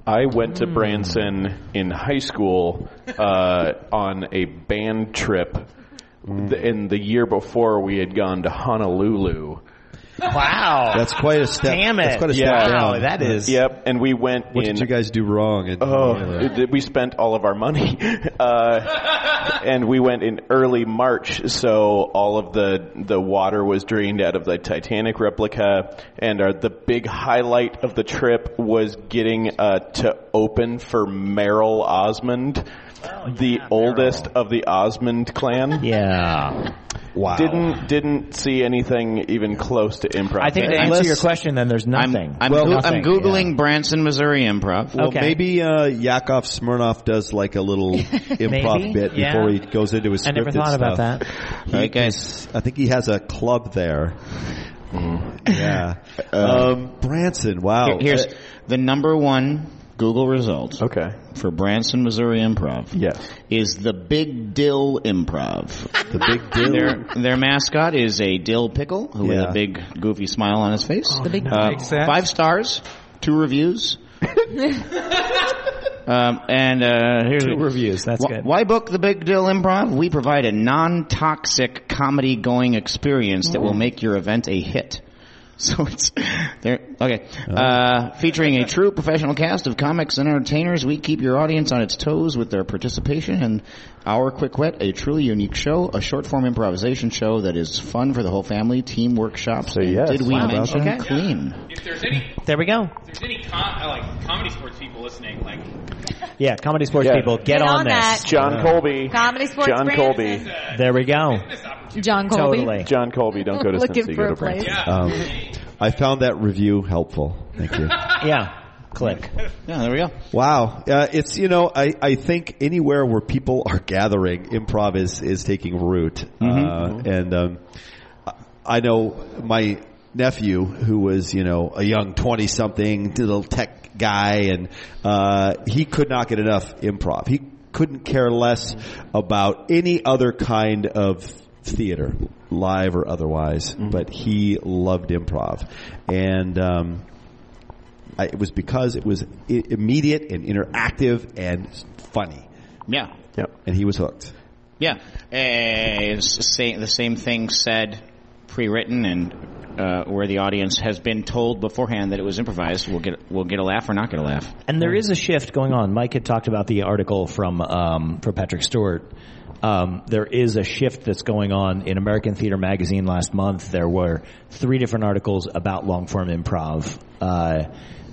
[SPEAKER 4] I went
[SPEAKER 3] Hmm.
[SPEAKER 4] to Branson in high school uh, on a band trip,
[SPEAKER 3] Hmm.
[SPEAKER 4] The- and the year before we had gone to Honolulu.
[SPEAKER 3] Wow.
[SPEAKER 7] That's quite a step.
[SPEAKER 3] Damn it.
[SPEAKER 7] That's quite a step
[SPEAKER 4] Yeah.
[SPEAKER 7] down.
[SPEAKER 3] wow, that is.
[SPEAKER 4] Yep, and we went
[SPEAKER 7] What
[SPEAKER 4] in.
[SPEAKER 7] did you guys do wrong? And,
[SPEAKER 4] Oh, it- we spent all of our money, uh, and we went in early March, so all of the the water was drained out of the Titanic replica. And our, the big highlight of the trip was getting uh, to open for Merrill Osmond, the oldest of the Osmond clan.
[SPEAKER 3] Yeah. Wow.
[SPEAKER 4] Didn't didn't see anything even close to improv.
[SPEAKER 3] I think to answer
[SPEAKER 7] Unless-
[SPEAKER 3] your question, then there's
[SPEAKER 2] I'm
[SPEAKER 3] nothing.
[SPEAKER 2] I'm,
[SPEAKER 3] Well,
[SPEAKER 2] goo-
[SPEAKER 3] nothing,
[SPEAKER 2] I'm googling
[SPEAKER 3] yeah.
[SPEAKER 2] Branson, Missouri improv.
[SPEAKER 7] Well,
[SPEAKER 3] Okay.
[SPEAKER 7] maybe uh, Yakov Smirnov does like a little improv
[SPEAKER 3] Maybe,
[SPEAKER 7] bit
[SPEAKER 3] yeah.
[SPEAKER 7] before he goes into his.
[SPEAKER 3] I never
[SPEAKER 7] scripted
[SPEAKER 3] thought
[SPEAKER 7] stuff.
[SPEAKER 3] about that.
[SPEAKER 7] He-
[SPEAKER 2] All right, guys.
[SPEAKER 7] I think he has a club there. Yeah, um, Branson. Wow.
[SPEAKER 2] Mm-hmm. Here-
[SPEAKER 7] Uh,
[SPEAKER 2] here's the number one Google result
[SPEAKER 4] Okay.
[SPEAKER 2] for Branson, Missouri improv.
[SPEAKER 4] Yes.
[SPEAKER 2] Is the Big Dill Improv.
[SPEAKER 7] the big deal.
[SPEAKER 2] Their their mascot is a dill pickle who has
[SPEAKER 7] Yeah.
[SPEAKER 2] a big goofy smile on his face. the big
[SPEAKER 1] Oh, Makes sense.
[SPEAKER 2] five stars, two reviews. um, and uh, here's
[SPEAKER 3] Two reviews. That's
[SPEAKER 2] Wh-
[SPEAKER 3] good.
[SPEAKER 2] Why book the Big Deal Improv? We provide
[SPEAKER 14] Mm.
[SPEAKER 2] a non-toxic comedy-going experience that will make your event a hit. So it's there. Okay,
[SPEAKER 14] Oh.
[SPEAKER 2] uh, featuring a true professional cast of comics and entertainers, we keep your audience on its toes with their participation in our Quick Wet, a truly unique show, a short form improvisation show that is fun for the whole family. Team workshops.
[SPEAKER 14] So
[SPEAKER 2] And
[SPEAKER 14] yes,
[SPEAKER 2] did we
[SPEAKER 14] wow.
[SPEAKER 2] mention
[SPEAKER 14] Okay.
[SPEAKER 2] clean?
[SPEAKER 13] If there's any,
[SPEAKER 3] There we go.
[SPEAKER 13] if there's any com- uh, like comedy sports people listening, like
[SPEAKER 3] Yeah, comedy sports
[SPEAKER 14] Yeah.
[SPEAKER 3] people, get,
[SPEAKER 9] Get
[SPEAKER 3] on,
[SPEAKER 9] on
[SPEAKER 3] this.
[SPEAKER 9] that.
[SPEAKER 14] John Colby.
[SPEAKER 9] Comedy sports
[SPEAKER 14] John
[SPEAKER 9] brands
[SPEAKER 14] Colby.
[SPEAKER 9] is-
[SPEAKER 3] There we go.
[SPEAKER 6] John Colby.
[SPEAKER 3] Totally.
[SPEAKER 14] John Colby. Don't go to
[SPEAKER 6] Looking
[SPEAKER 14] Cincy.
[SPEAKER 6] for
[SPEAKER 14] Go to
[SPEAKER 6] a
[SPEAKER 14] Branson.
[SPEAKER 6] place.
[SPEAKER 7] Um, I found that review helpful. Thank you.
[SPEAKER 3] Yeah. Click.
[SPEAKER 2] Yeah, there we go.
[SPEAKER 7] Wow, uh, it's you know I, I think anywhere where people are gathering, improv is is taking root, uh, and um, I- I know my nephew who was you know a young twenty something little tech guy, and uh, he could not get enough improv. He couldn't care less about any other kind of theater, live or otherwise, but he loved improv, and. Um, I, it was because it was I- immediate and interactive and funny,
[SPEAKER 2] Yeah,
[SPEAKER 14] Yep.
[SPEAKER 7] and he was hooked.
[SPEAKER 2] Yeah, Eh, it's the same- the same thing said, pre-written, and uh, where the audience has been told beforehand that it was improvised. We'll get we'll get a laugh or not get a laugh.
[SPEAKER 3] And
[SPEAKER 7] Hmm.
[SPEAKER 3] there is a shift going on. Mike had talked about the article from um, from Patrick Stewart. Um, there is a shift that's going on in American Theater Magazine last month. There were three different articles about long form improv. Uh,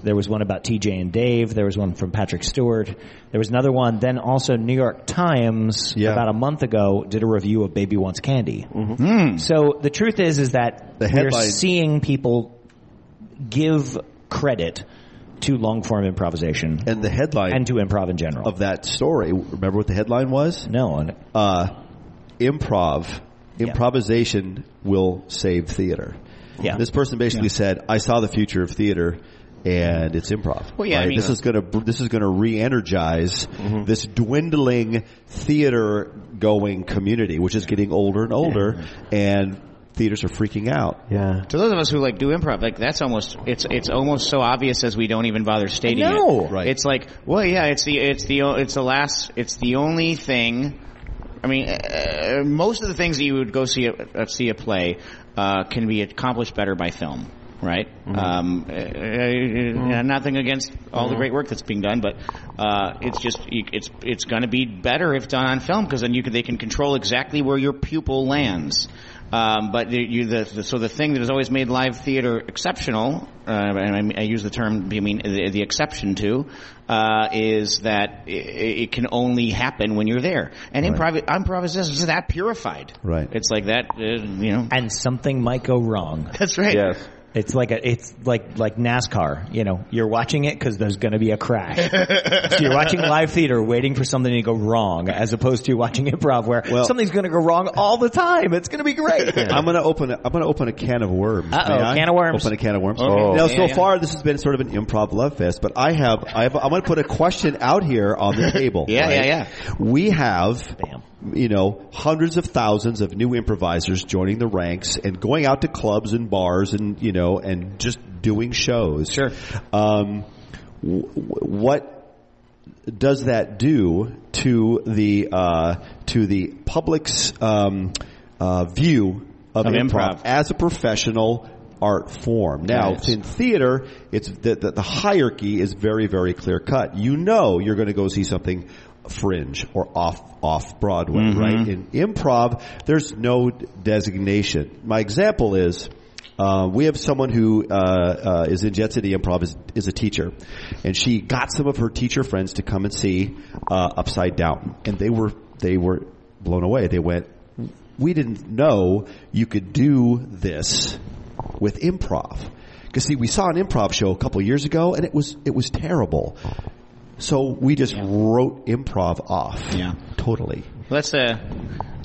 [SPEAKER 3] there was one about TJ and Dave. There was one from Patrick Stewart. There was another one. Then also New York Times
[SPEAKER 7] Yeah. Mm-hmm.
[SPEAKER 3] about a month ago did a review of Baby Wants Candy. So the truth is, is that
[SPEAKER 7] The
[SPEAKER 3] we're
[SPEAKER 7] headline-
[SPEAKER 3] seeing people give credit to long form improvisation
[SPEAKER 7] And the headline
[SPEAKER 3] and to improv in general.
[SPEAKER 7] of that story, remember what the headline was?
[SPEAKER 3] no, and
[SPEAKER 7] Uh, improv,
[SPEAKER 3] Yeah.
[SPEAKER 7] improvisation will save theater.
[SPEAKER 3] Yeah.
[SPEAKER 7] This person basically said, "I saw the future of theater." And it's improv.
[SPEAKER 2] Well, yeah, I
[SPEAKER 7] right?
[SPEAKER 2] mean-
[SPEAKER 7] this is gonna this is gonna re-energize this dwindling theater going community, which is getting older and older, and theaters are freaking out.
[SPEAKER 14] Yeah.
[SPEAKER 2] To those of us who like do improv, like that's almost it's it's almost so obvious as we don't even bother stating
[SPEAKER 3] know.
[SPEAKER 2] it.
[SPEAKER 7] Right.
[SPEAKER 2] It's like, well, yeah, it's the it's the o- it's the last it's the only thing. I mean, uh, most of the things that you would go see a, uh, see a play uh, can be accomplished better by film, right? Um, uh, uh, uh, Nothing against all the great work that's being done, but uh, it's just you- it's it's going to be better if done on film because then you can, they can control exactly where your pupil lands. Um, but the, you, the, the, so the thing that has always made live theater exceptional, uh, and I, I use the term, I mean the, the exception to, uh, is that it, it can only happen when you're there. And improv, improvisation is that purified.
[SPEAKER 7] Right.
[SPEAKER 2] It's like that, uh, you know.
[SPEAKER 3] and something might go wrong.
[SPEAKER 2] That's right.
[SPEAKER 14] Yes.
[SPEAKER 3] It's like a, it's like like NASCAR. You know, you're watching it because there's going to be a crash. so you're watching live theater, waiting for something to go wrong, as opposed to watching improv where
[SPEAKER 7] Well-
[SPEAKER 3] something's going to go wrong all the time. It's going to be great.
[SPEAKER 7] I'm gonna open. A, I'm gonna open a can of worms.
[SPEAKER 3] Uh-oh,
[SPEAKER 7] May I?
[SPEAKER 3] can of worms.
[SPEAKER 7] Open a can of worms.
[SPEAKER 2] Okay. Yeah,
[SPEAKER 7] Now, so
[SPEAKER 2] yeah.
[SPEAKER 7] far, this has been sort of an improv love fest. But I have. I have I'm gonna put a question out here on the table.
[SPEAKER 2] Yeah,
[SPEAKER 7] right?
[SPEAKER 2] yeah,
[SPEAKER 7] We have,
[SPEAKER 3] Bam.
[SPEAKER 7] you know, hundreds of thousands of new improvisers joining the ranks and going out to clubs and bars and you know and just doing shows.
[SPEAKER 2] Sure.
[SPEAKER 7] Um, w- w- what does that do to the uh, to the public's um, uh, view of,
[SPEAKER 2] Of
[SPEAKER 7] improv,
[SPEAKER 2] improv.
[SPEAKER 7] as a professional art form? Now,
[SPEAKER 2] Right.
[SPEAKER 7] in theater, it's the, the, the hierarchy is very very clear cut. You know, you're going to go see something fringe or off off Broadway, right? In improv, there's no designation. My example is. Uh, we have someone who uh, uh, is in Jet City Improv is, is a teacher, and she got some of her teacher friends to come and see uh, Upside Down, and they were they were blown away. They went, "We didn't know you could do this with improv." Because see, we saw an improv show a couple years ago, and it was it was terrible. So we just wrote improv off.
[SPEAKER 2] Yeah.
[SPEAKER 7] totally.
[SPEAKER 2] Let's, uh, I,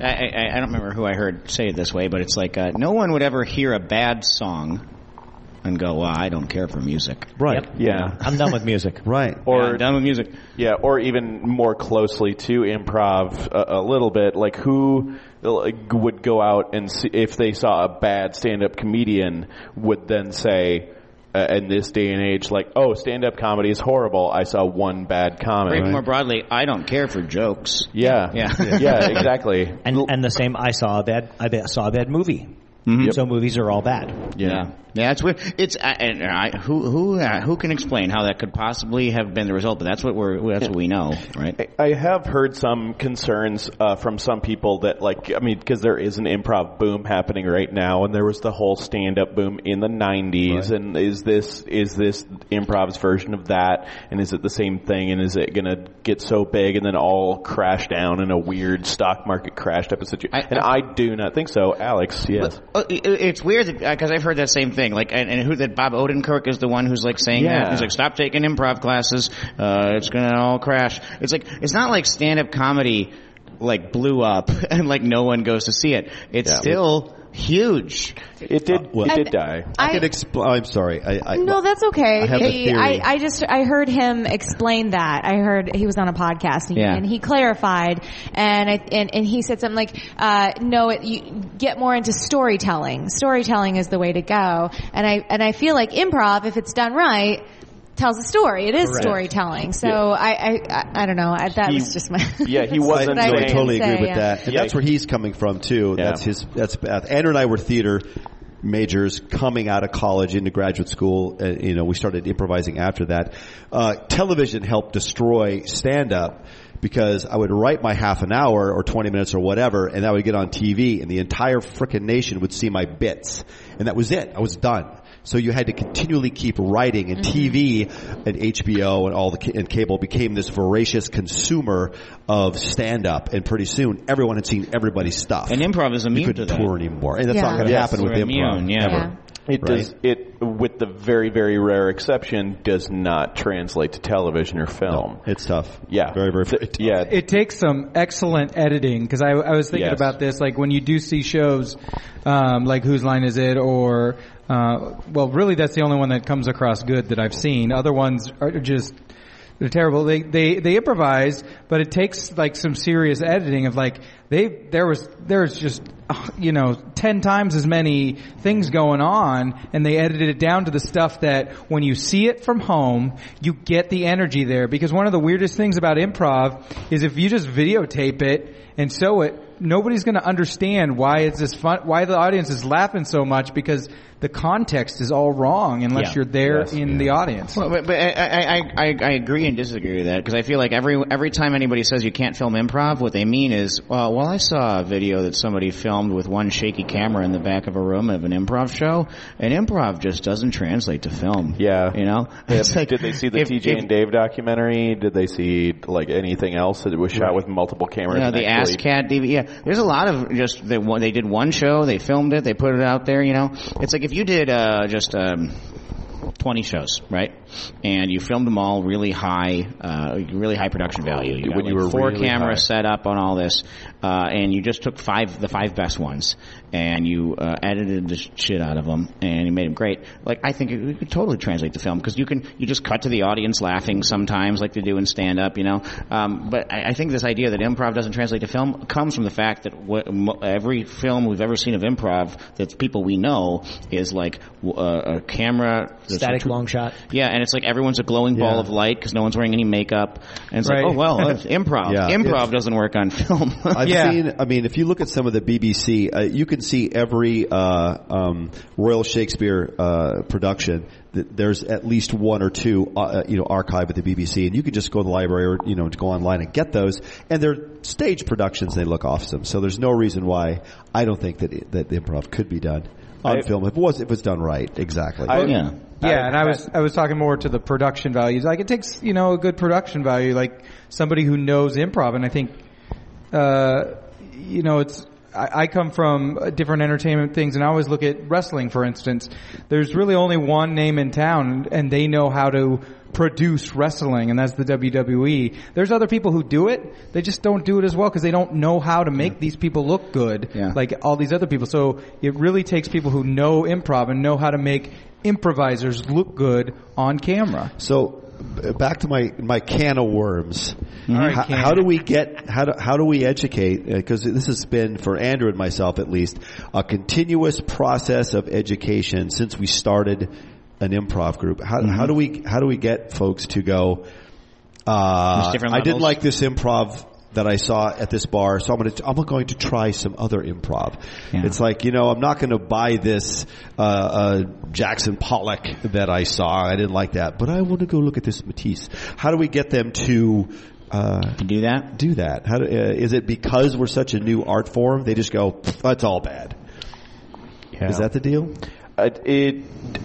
[SPEAKER 2] I, I don't remember who I heard say it this way, but it's like, uh, no one would ever hear a bad song and go, well, I don't care for music.
[SPEAKER 7] Right.
[SPEAKER 14] Yeah.
[SPEAKER 3] I'm done with music.
[SPEAKER 7] Right.
[SPEAKER 14] Or
[SPEAKER 2] Yeah, I'm done with music.
[SPEAKER 14] Yeah, or even more closely to improv a, a little bit, like who like, would go out and see, if they saw a bad stand-up comedian would then say uh, in this day and age, like, oh, stand-up comedy is horrible. I saw one bad comic.
[SPEAKER 2] Or More broadly, I don't care for jokes.
[SPEAKER 14] Yeah,
[SPEAKER 2] Yeah.
[SPEAKER 14] yeah, exactly.
[SPEAKER 7] Mm-hmm.
[SPEAKER 3] And and the same. I saw a bad. I ba- saw a bad movie. So movies are all bad.
[SPEAKER 2] Yeah. Yeah, it's weird. It's I, and I, who who uh, who can explain how that could possibly have been the result? But that's what we're that's what we know, right?
[SPEAKER 4] I have heard some concerns uh, from some people that, like, I mean, because there is an improv boom happening right now, and there was the whole stand-up boom in the '90s, and is this is this improv's version of that, and is it the same thing, and is it gonna get so big and then all crash down in a weird stock market crash type of situation? And I do not think so, Alex. Yes.
[SPEAKER 2] Oh, it- It's weird because I've heard that same thing. Like, and, and who that Bob Odenkirk is the one who's like saying that.
[SPEAKER 4] Yeah.
[SPEAKER 2] He's like, stop taking improv classes. Uh, it's gonna all crash. It's like it's not like stand up comedy like blew up and like no one goes to see it. It's still huge.
[SPEAKER 4] It did.
[SPEAKER 7] well-
[SPEAKER 4] it
[SPEAKER 6] And
[SPEAKER 4] did die.
[SPEAKER 7] I,
[SPEAKER 6] I-
[SPEAKER 7] could explain. I'm sorry. I, I,
[SPEAKER 6] No, that's okay.
[SPEAKER 7] I have a
[SPEAKER 6] The-
[SPEAKER 7] theory.
[SPEAKER 6] I, I just I heard him explain that. I heard he was on a podcast and, he-
[SPEAKER 2] Yeah.
[SPEAKER 6] and he clarified and I, and and he said something like, uh, "No, it, you get more into storytelling. Storytelling is the way to go." And I and I feel like improv, if it's done right. Tells a story. It is storytelling. So I, I, I, I don't know. I, that
[SPEAKER 4] He-
[SPEAKER 6] was just my.
[SPEAKER 4] yeah, he
[SPEAKER 6] that's
[SPEAKER 4] wasn't
[SPEAKER 6] what I heard
[SPEAKER 7] So I
[SPEAKER 6] him
[SPEAKER 4] saying-
[SPEAKER 7] totally agree
[SPEAKER 6] say,
[SPEAKER 7] with
[SPEAKER 6] yeah.
[SPEAKER 7] that. And
[SPEAKER 4] Yeah.
[SPEAKER 7] that's where he's coming from too.
[SPEAKER 4] Yeah.
[SPEAKER 7] That's his, that's, Beth. Andrew and I were theater majors coming out of college into graduate school. Uh, you know, we started improvising after that. Uh, television helped destroy stand up because I would write my half an hour or 20 minutes or whatever and that would get on TV and the entire frickin' nation would see my bits. And that was it. I was done. So you had to continually keep writing, and TV and HBO and all the ca- and cable became this voracious consumer of stand up, and pretty soon everyone had seen everybody's stuff.
[SPEAKER 2] And improv is immune
[SPEAKER 7] you
[SPEAKER 2] to
[SPEAKER 7] couldn't
[SPEAKER 2] that.
[SPEAKER 7] tour anymore, and that's
[SPEAKER 6] Yeah.
[SPEAKER 7] not going to
[SPEAKER 2] Yes,
[SPEAKER 7] happen with
[SPEAKER 2] we're
[SPEAKER 7] improv.
[SPEAKER 2] immune, yeah.
[SPEAKER 7] ever.
[SPEAKER 6] Yeah.
[SPEAKER 4] It
[SPEAKER 7] Right.
[SPEAKER 4] does. It, with the very, very rare exception, does not translate to television or film.
[SPEAKER 7] It's tough.
[SPEAKER 4] Yeah.
[SPEAKER 7] very very.
[SPEAKER 4] Th- yeah.
[SPEAKER 1] It takes some excellent editing because I, I was thinking
[SPEAKER 4] Yes.
[SPEAKER 1] about this. Like when you do see shows, um, like Whose Line Is It, or uh, well, really that's the only one that comes across good that I've seen. Other ones are just they're terrible. They they they improvise, but it takes like some serious editing of like they there was there's just uh, you know ten times as many things going on, and they edited it down to the stuff that when you see it from home, you get the energy there. Because one of the weirdest things about improv is if you just videotape it and show it, nobody's going to understand why it's this fun, why the audience is laughing so much because the context is all wrong unless
[SPEAKER 2] Yeah.
[SPEAKER 1] you're there in the audience.
[SPEAKER 2] Well, but, but I, I, I- I, I agree and disagree with that because I feel like every every time anybody says you can't film improv, what they mean is, well, well, I saw a video that somebody filmed with one shaky camera in the back of a room of an improv show, and improv just doesn't translate to film.
[SPEAKER 4] Yeah.
[SPEAKER 2] you know, It's like-
[SPEAKER 4] Did they see the
[SPEAKER 2] if-
[SPEAKER 4] TJ
[SPEAKER 2] if-
[SPEAKER 4] and Dave documentary? Did they see like anything else that was shot with multiple cameras?
[SPEAKER 2] You know,
[SPEAKER 4] and
[SPEAKER 2] the
[SPEAKER 4] actually-
[SPEAKER 2] ASCAT DVD. Yeah, there's a lot of just they one- they did one show, they filmed it, they put it out there. You know, it's like if you did uh, just. Um, 20 shows, right? And you filmed them all really high, uh, really high production value. You
[SPEAKER 4] When
[SPEAKER 2] got,
[SPEAKER 4] you
[SPEAKER 2] like,
[SPEAKER 4] were
[SPEAKER 2] four
[SPEAKER 4] really
[SPEAKER 2] camera
[SPEAKER 4] high.
[SPEAKER 2] set up on all this, uh, and you just took five, the five best ones, and you uh, edited the shit out of them, and you made them great. Like I think it, it could totally translate to film because you can you just cut to the audience laughing sometimes, like they do in stand up, you know. Um, but I, I think this idea that improv doesn't translate to film comes from the fact that what, mo- every film we've ever seen of improv that's people we know is like w- uh, a camera there's
[SPEAKER 3] Static
[SPEAKER 2] two-
[SPEAKER 3] long shot.
[SPEAKER 2] yeah, and it's like everyone's a glowing ball of light because no one's wearing any makeup. And it's
[SPEAKER 1] Right.
[SPEAKER 2] like, oh well, it's improv.
[SPEAKER 7] Yeah.
[SPEAKER 2] Improv
[SPEAKER 7] It's-
[SPEAKER 2] doesn't work on film.
[SPEAKER 7] I've
[SPEAKER 1] Yeah.
[SPEAKER 7] seen. I mean, if you look at some of the BBC, uh, you can see every uh, um, Royal Shakespeare uh, production. th- There's at least one or two, uh, uh, you know, archive at the BBC, and you can just go to the library or you know to go online and get those. And they're stage productions; they look awesome. So there's no reason why I don't think that it, that improv could be done on
[SPEAKER 4] I-
[SPEAKER 7] film if it was if it's done right. Exactly.
[SPEAKER 4] I-
[SPEAKER 2] yeah.
[SPEAKER 1] Yeah, and I was I was talking more to the production values. Like it takes you know a good production value, like somebody who knows improv, and I think, uh, you know, it's I, I come from uh, different entertainment things, and I always look at wrestling, for instance. There's really only one name in town, and they know how to produce wrestling, and that's the WWE. There's other people who do it, they just don't do it as well because they don't know how to make these people look good,
[SPEAKER 2] Yeah.
[SPEAKER 1] like all these other people. So it really takes people who know improv and know how to make improvisers look good on camera.
[SPEAKER 7] So b- back to my my can of worms.
[SPEAKER 1] right,
[SPEAKER 7] how,
[SPEAKER 1] can.
[SPEAKER 7] how do we get how do how do we educate? Because this has been for Andrew and myself at least a continuous process of education since we started an improv group. How, how do we how do we get folks to go? Uh,
[SPEAKER 2] different
[SPEAKER 7] I didn't
[SPEAKER 2] levels.
[SPEAKER 7] like this improv that I saw at this bar, so I'm going to I'm going to try some other improv. It's like you know I'm not going to buy this uh, uh, Jackson Pollock that I saw. I didn't like that, but I want to go look at this Matisse. How do we get them to? Uh,
[SPEAKER 2] do that.
[SPEAKER 7] Do that. How do, uh, is it because we're such a new art form? They just go, "Pff, that's all bad. Is that the deal?
[SPEAKER 4] Uh, it, it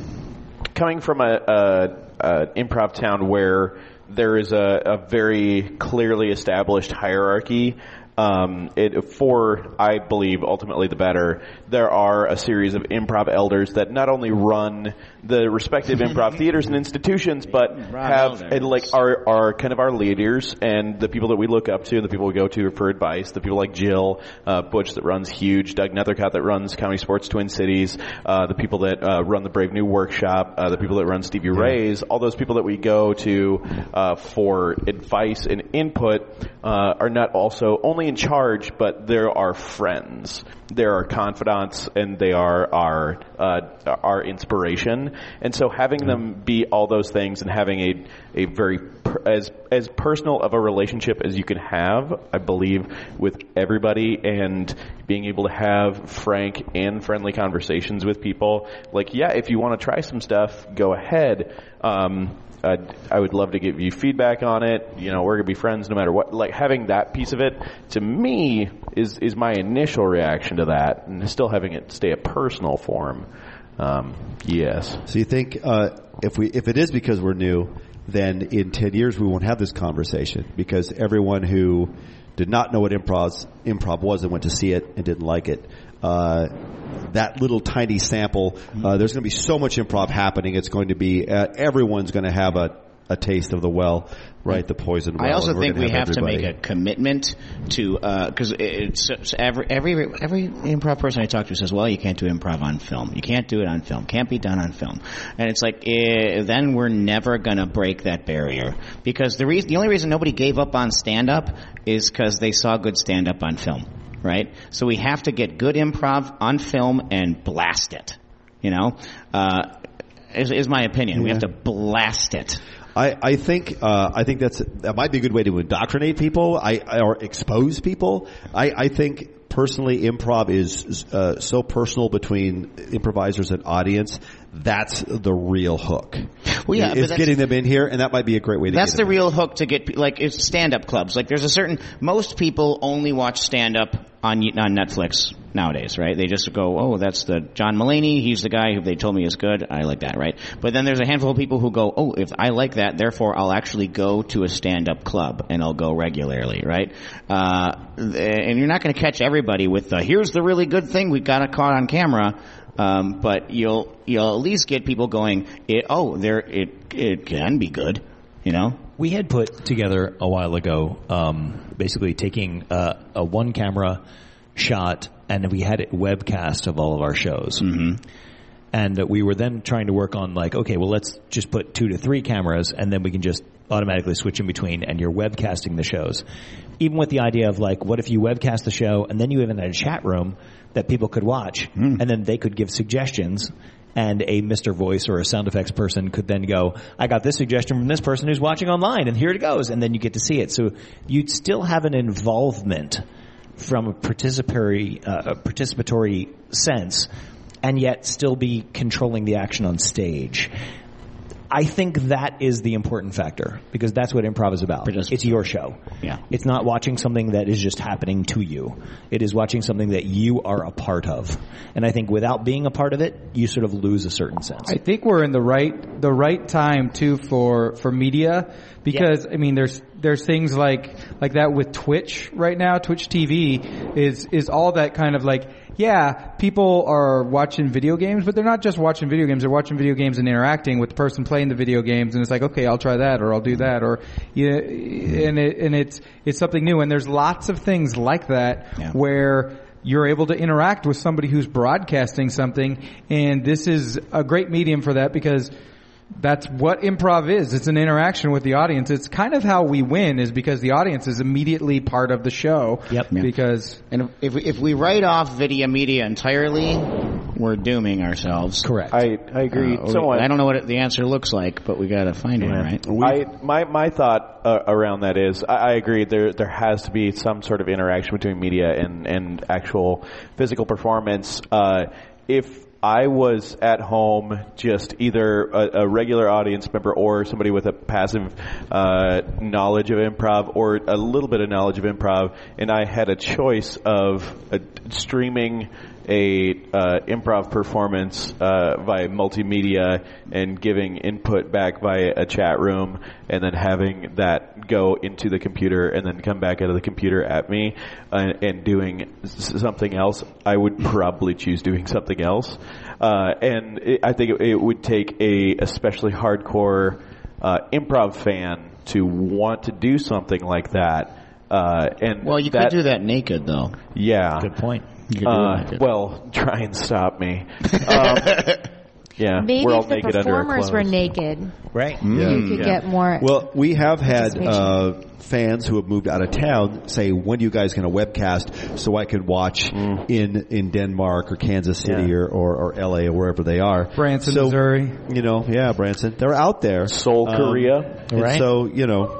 [SPEAKER 4] coming from a, a, a improv town where there is a, a very clearly established hierarchy. Um, it for I believe ultimately the better. There are a series of improv elders that not only run the respective improv theaters and institutions, but have and like are are kind of our leaders and the people that we look up to, the people we go to for advice, the people like Jill uh, Butch that runs Huge, Doug Nethercott that runs Comedy Sports Twin Cities, uh, the people that uh, run the Brave New Workshop, uh, the people that run Stevie Ray's, all those people that we go to uh, for advice and input uh, are not also only in charge, but there are friends. There are confidants, and they are our uh, our inspiration. And so, having them be all those things, and having a a very per, as as personal of a relationship as you can have, I believe, with everybody, and being able to have frank and friendly conversations with people. Like, yeah, if you want to try some stuff, go ahead. Um, I'd, I would love to give you feedback on it. You know, we're gonna be friends no matter what. Like having that piece of it to me is is my initial reaction to that, and still having it stay a personal form. Um, yes.
[SPEAKER 7] So you think uh, if we if it is because we're new, then in ten years we won't have this conversation because everyone who did not know what improv improv was and went to see it and didn't like it. Uh, that little tiny sample.
[SPEAKER 2] Mm-hmm.
[SPEAKER 7] Uh, there's going to be so much improv happening. It's going to be uh, everyone's going to have a, a taste of the well, right? The poison. Well,
[SPEAKER 2] Mm-hmm. I also
[SPEAKER 7] and we're
[SPEAKER 2] think
[SPEAKER 7] gonna
[SPEAKER 2] we have, to
[SPEAKER 7] everybody.
[SPEAKER 2] make a commitment to because it's, it's every every every improv person I talk to says, "Well, you can't do improv on film. You can't do it on film. Can't be done on film." And it's like eh, then we're never gonna break that barrier because the reason the only reason nobody gave up on stand up is because they saw good stand up on film, right? So we have to get good improv on film and blast it. You know, uh, is, is my opinion. We have to blast it.
[SPEAKER 7] I, I think uh, I think that's that might be a good way to indoctrinate people I, I- or expose people. I, I think personally, improv is uh, so personal between improvisers and audience. That's the real hook.
[SPEAKER 2] Well, yeah, but
[SPEAKER 7] it's
[SPEAKER 2] that's-
[SPEAKER 7] getting them in here, and that might be a great way to.
[SPEAKER 2] That's
[SPEAKER 7] get
[SPEAKER 2] the
[SPEAKER 7] them
[SPEAKER 2] real hook to get pe- like it's stand-up clubs. Like there's a certain most people only watch stand-up on y- on Netflix nowadays, right? They just go, oh, that's the John Mulaney. He's the guy who they told me is good. I like that, right? But then there's a handful of people who go, oh, if I like that, therefore I'll actually go to a stand-up club and I'll go regularly, right? Uh, th- and you're not going to catch everybody with the here's the really good thing we got it caught on camera. Um, but you'll you'll at least get people going. It, oh, there it it can be good, you know.
[SPEAKER 3] We had put together a while ago, um, basically taking uh, a one camera shot and we had it webcast of all of our shows. Mm-hmm. And we were then trying to work on like, okay, well let's just put two to three cameras and then we can just automatically switch in between and you're webcasting the shows. Even with the idea of like, what if you webcast the show and then you even had a chat room that people could watch and then they could give suggestions and a Mr. Voice or a sound effects person could then go, I got this suggestion from this person who's watching online and here it goes. And then you get to see it. So you'd still have an involvement from a participatory, uh, a participatory sense and yet still be controlling the action on stage. I think that is the important factor because that's what improv is about. It's your show.
[SPEAKER 2] Yeah.
[SPEAKER 3] It's not watching something that is just happening to you. It is watching something that you are a part of. And I think without being a part of it, you sort of lose a certain sense.
[SPEAKER 1] I think we're in the right the right time too for for media because I mean there's there's things like like that with Twitch right now. Twitch TV is is all that kind of like yeah, people are watching video games, but they're not just watching video games. They're watching video games and interacting with the person playing the video games, and it's like okay, I'll try that or I'll do that or you know, and it, and it's it's something new. And there's lots of things like that where you're able to interact with somebody who's broadcasting something and this is a great medium for that because that's what improv is. It's an interaction with the audience. It's kind of how we win is because the audience is immediately part of the show. Yep. Because
[SPEAKER 2] and if we, if we write off video media entirely, we're dooming ourselves. Uh,
[SPEAKER 1] Correct.
[SPEAKER 4] I I agree. Someone-
[SPEAKER 2] I don't know what the answer looks like, but we got to find one, right?
[SPEAKER 4] I, my my thought uh, around that is I, I agree there there has to be some sort of interaction between media and and actual physical performance. Uh, if I was at home, just either a, a regular audience member or somebody with a passive uh, knowledge of improv or a little bit of knowledge of improv, and I had a choice of uh streaming a uh, improv performance uh, via multimedia and giving input back via a chat room and then having that go into the computer and then come back out of the computer at me uh, and doing s- something else, I would probably choose doing something else. Uh, and it, I think it, it would take a especially hardcore uh, improv fan to want to do something like that. Uh, and
[SPEAKER 2] Well, you
[SPEAKER 4] that,
[SPEAKER 2] could do that naked though.
[SPEAKER 4] Yeah.
[SPEAKER 3] Good point.
[SPEAKER 2] You could do
[SPEAKER 4] Uh,
[SPEAKER 2] that naked.
[SPEAKER 4] well, try and stop me. Um, yeah,
[SPEAKER 6] Maybe
[SPEAKER 4] we're all
[SPEAKER 6] if the
[SPEAKER 4] naked under our
[SPEAKER 6] performers were
[SPEAKER 4] clothes. Mm.
[SPEAKER 6] naked,
[SPEAKER 3] Right.
[SPEAKER 6] you could get more.
[SPEAKER 7] Well, we have had
[SPEAKER 6] Participation.
[SPEAKER 7] uh, fans who have moved out of town say, "When are you guys going to webcast so I can watch in in Denmark or Kansas City or, or or LA or wherever they are?"
[SPEAKER 1] Branson,
[SPEAKER 7] So,
[SPEAKER 1] Missouri.
[SPEAKER 7] you know, yeah, Branson, they're out there.
[SPEAKER 4] Seoul,
[SPEAKER 7] Um,
[SPEAKER 4] Korea.
[SPEAKER 7] and
[SPEAKER 3] Right.
[SPEAKER 7] so you know,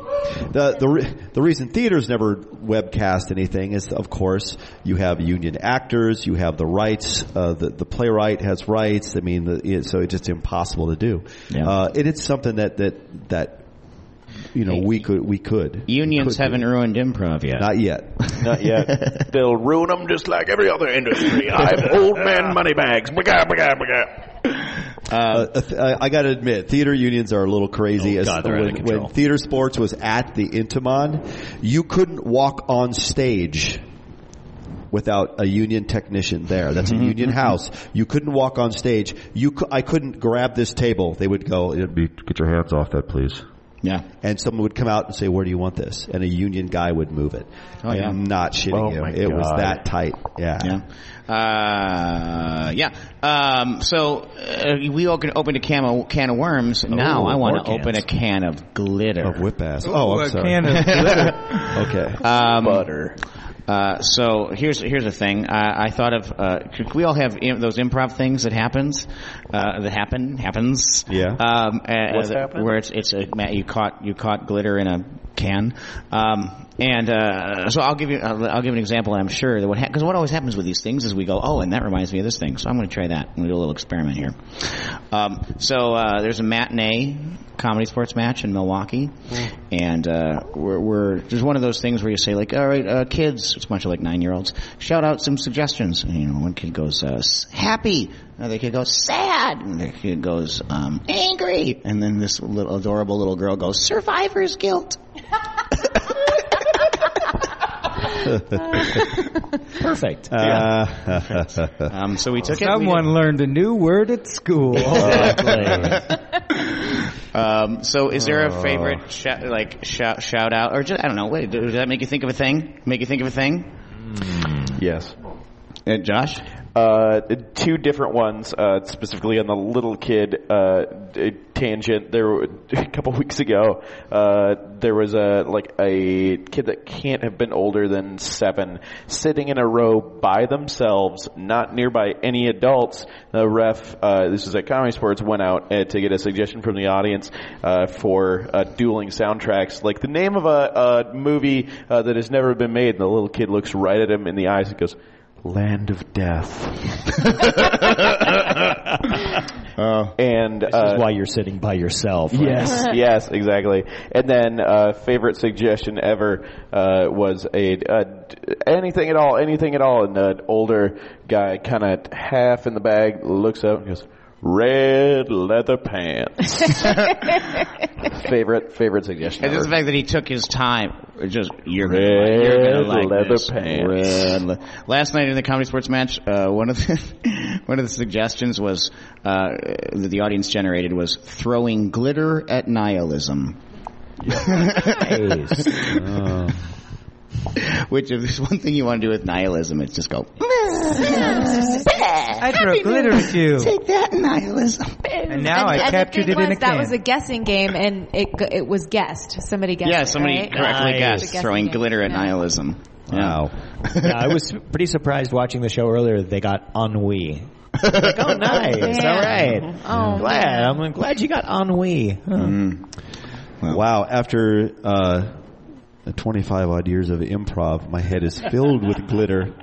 [SPEAKER 7] the the re- the reason theaters never webcast anything is, of course, you have union actors, you have the rights. Uh, the the playwright has rights. I mean, the, it, so it's just impossible to do.
[SPEAKER 2] Yeah.
[SPEAKER 7] Uh, it is something that that that you know we could we could
[SPEAKER 2] Unions
[SPEAKER 7] could do.
[SPEAKER 2] haven't ruined improv yet.
[SPEAKER 7] not yet.
[SPEAKER 4] Not yet. They'll ruin them just like every other industry. I'm old man moneybags. Baga, baga, baga.
[SPEAKER 7] Uh, th- I I gotta admit, theater unions are a little
[SPEAKER 3] Um,
[SPEAKER 7] crazy.
[SPEAKER 3] Oh,
[SPEAKER 7] As-
[SPEAKER 3] God, they're out of
[SPEAKER 7] when,
[SPEAKER 3] control.
[SPEAKER 7] when theater sports was at the Intimon, you couldn't walk on stage without a union technician there. That's a
[SPEAKER 3] Mm-hmm,
[SPEAKER 7] union house. You couldn't walk on stage. You, cou- I couldn't grab this table. They would go, it'd be, get your hands off that, please.
[SPEAKER 2] Yeah.
[SPEAKER 7] And someone would come out and say, where do you want this? And a union guy would move it.
[SPEAKER 2] yeah.
[SPEAKER 7] I'm not shitting
[SPEAKER 4] Oh,
[SPEAKER 7] you.
[SPEAKER 4] my
[SPEAKER 7] it was
[SPEAKER 4] God.
[SPEAKER 7] that tight. Yeah.
[SPEAKER 2] Yeah. Uh, yeah. Um, so uh, we open opened a can of, can of worms. now I want to
[SPEAKER 3] more
[SPEAKER 2] open a
[SPEAKER 3] cans.
[SPEAKER 2] can of glitter.
[SPEAKER 7] Oh, Of whip ass. Oh, I'm
[SPEAKER 1] a
[SPEAKER 7] sorry.
[SPEAKER 1] can of glitter.
[SPEAKER 7] Okay.
[SPEAKER 2] um, butter. Uh, so here's here's the thing. Uh, I thought of uh, we all have Im- those improv things that happens uh, that happen happens.
[SPEAKER 7] Yeah.
[SPEAKER 2] Um, uh,
[SPEAKER 4] What's
[SPEAKER 2] uh,
[SPEAKER 4] happened?
[SPEAKER 2] Where it's it's a Matt, you caught you caught glitter in a can. Um, and uh, so I'll give you I'll, I'll give an example. I'm sure that what because what always happens with these things is we go oh and that reminds me of this thing. So I'm going to try that. I'm going to do a little experiment here. Um, so uh, there's a matinee comedy sports match in Milwaukee, and uh, we're, we're there's one of those things where you say like, all right, uh, kids, it's a bunch of like nine year olds, shout out some suggestions. And, you know, one kid goes uh, s- happy, another kid goes sad, another kid goes um, angry, and then this little adorable little girl goes survivor's guilt.
[SPEAKER 3] Perfect.
[SPEAKER 7] Uh,
[SPEAKER 2] Um, so we took it. we
[SPEAKER 1] Someone learned a new word at school.
[SPEAKER 2] Um, so is there a favorite shout, like shout shout out or just I don't know? Wait, does that make you think of a thing? Make you think of a thing?
[SPEAKER 4] Yes.
[SPEAKER 2] Uh, Josh,
[SPEAKER 4] Uh, two different ones, uh, specifically on the little kid uh, d- tangent. There, were- a couple weeks ago, uh, there was a like a kid that can't have been older than seven, sitting in a row by themselves, not nearby any adults. The ref, uh, this is at Comedy Sports, went out uh, to get a suggestion from the audience uh, for uh, dueling soundtracks, like the name of a, a movie uh, that has never been made. And the little kid looks right at him in the eyes and goes. Land of Death. and
[SPEAKER 3] This is
[SPEAKER 4] uh,
[SPEAKER 3] why you're sitting by yourself. right?
[SPEAKER 4] yes, yes, exactly. And then uh, favorite suggestion ever uh, was a uh, d- anything at all, anything at all. And an older guy, kind of half in the bag, looks up and goes, "Red leather pants." favorite favorite suggestion.
[SPEAKER 2] and just
[SPEAKER 4] Ever.
[SPEAKER 2] the fact that he took his time. it Just you're gonna,
[SPEAKER 4] Red
[SPEAKER 2] you're gonna like
[SPEAKER 4] leather
[SPEAKER 2] this.
[SPEAKER 4] pants.
[SPEAKER 2] Red le- Last night in the comedy sports match, uh, one of the one of the suggestions was uh, that the audience generated was throwing glitter at nihilism.
[SPEAKER 3] Nice.
[SPEAKER 2] Which if there's one thing you want to do with nihilism, it's just go.
[SPEAKER 1] I threw glitter at you.
[SPEAKER 2] Take that nihilism.
[SPEAKER 1] And now I
[SPEAKER 6] and
[SPEAKER 1] captured
[SPEAKER 6] the
[SPEAKER 1] it in a
[SPEAKER 6] thing was, That
[SPEAKER 1] can.
[SPEAKER 6] was a guessing game, and it it was guessed. Somebody guessed.
[SPEAKER 2] Yeah,
[SPEAKER 6] it,
[SPEAKER 2] somebody
[SPEAKER 6] right?
[SPEAKER 2] correctly
[SPEAKER 3] Nice.
[SPEAKER 2] guessed throwing glitter at nihilism. Wow.
[SPEAKER 3] yeah, I was pretty surprised watching the show earlier that they got ennui. like, oh, nice.
[SPEAKER 6] Yeah.
[SPEAKER 3] All right.
[SPEAKER 6] Oh,
[SPEAKER 3] glad. I'm glad you got ennui. Huh.
[SPEAKER 7] Wow, after uh, 25 odd years of improv, my head is filled with glitter.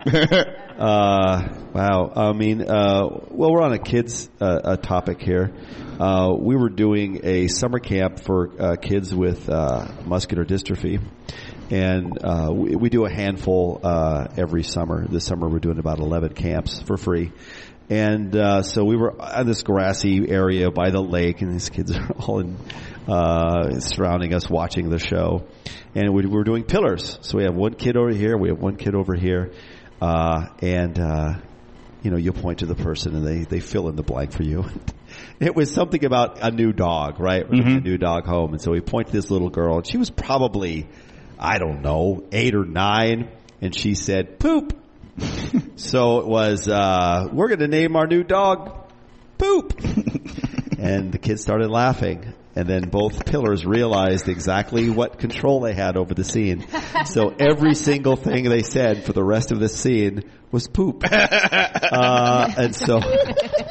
[SPEAKER 7] Uh, wow, I mean, uh, well, we're on a kids uh, a topic here. Uh, we were doing a summer camp for uh, kids with uh, muscular dystrophy. And uh, we, we do a handful uh, every summer. This summer we're doing about 11 camps for free. And uh, so we were on this grassy area by the lake, and these kids are all in, uh, surrounding us watching the show. And we were doing pillars. So we have one kid over here, we have one kid over here, uh, and uh, you know you point to the person, and they they fill in the blank for you. It was something about a new dog, right? It was A new dog home, and so we point to this little girl, and she was probably, I don't know, eight or nine, and she said, "Poop." So it was, uh, we're going to name our new dog Poop. and the kids started laughing. And then both pillars realized exactly what control they had over the scene. So every single thing they said for the rest of the scene was poop. Uh, and so,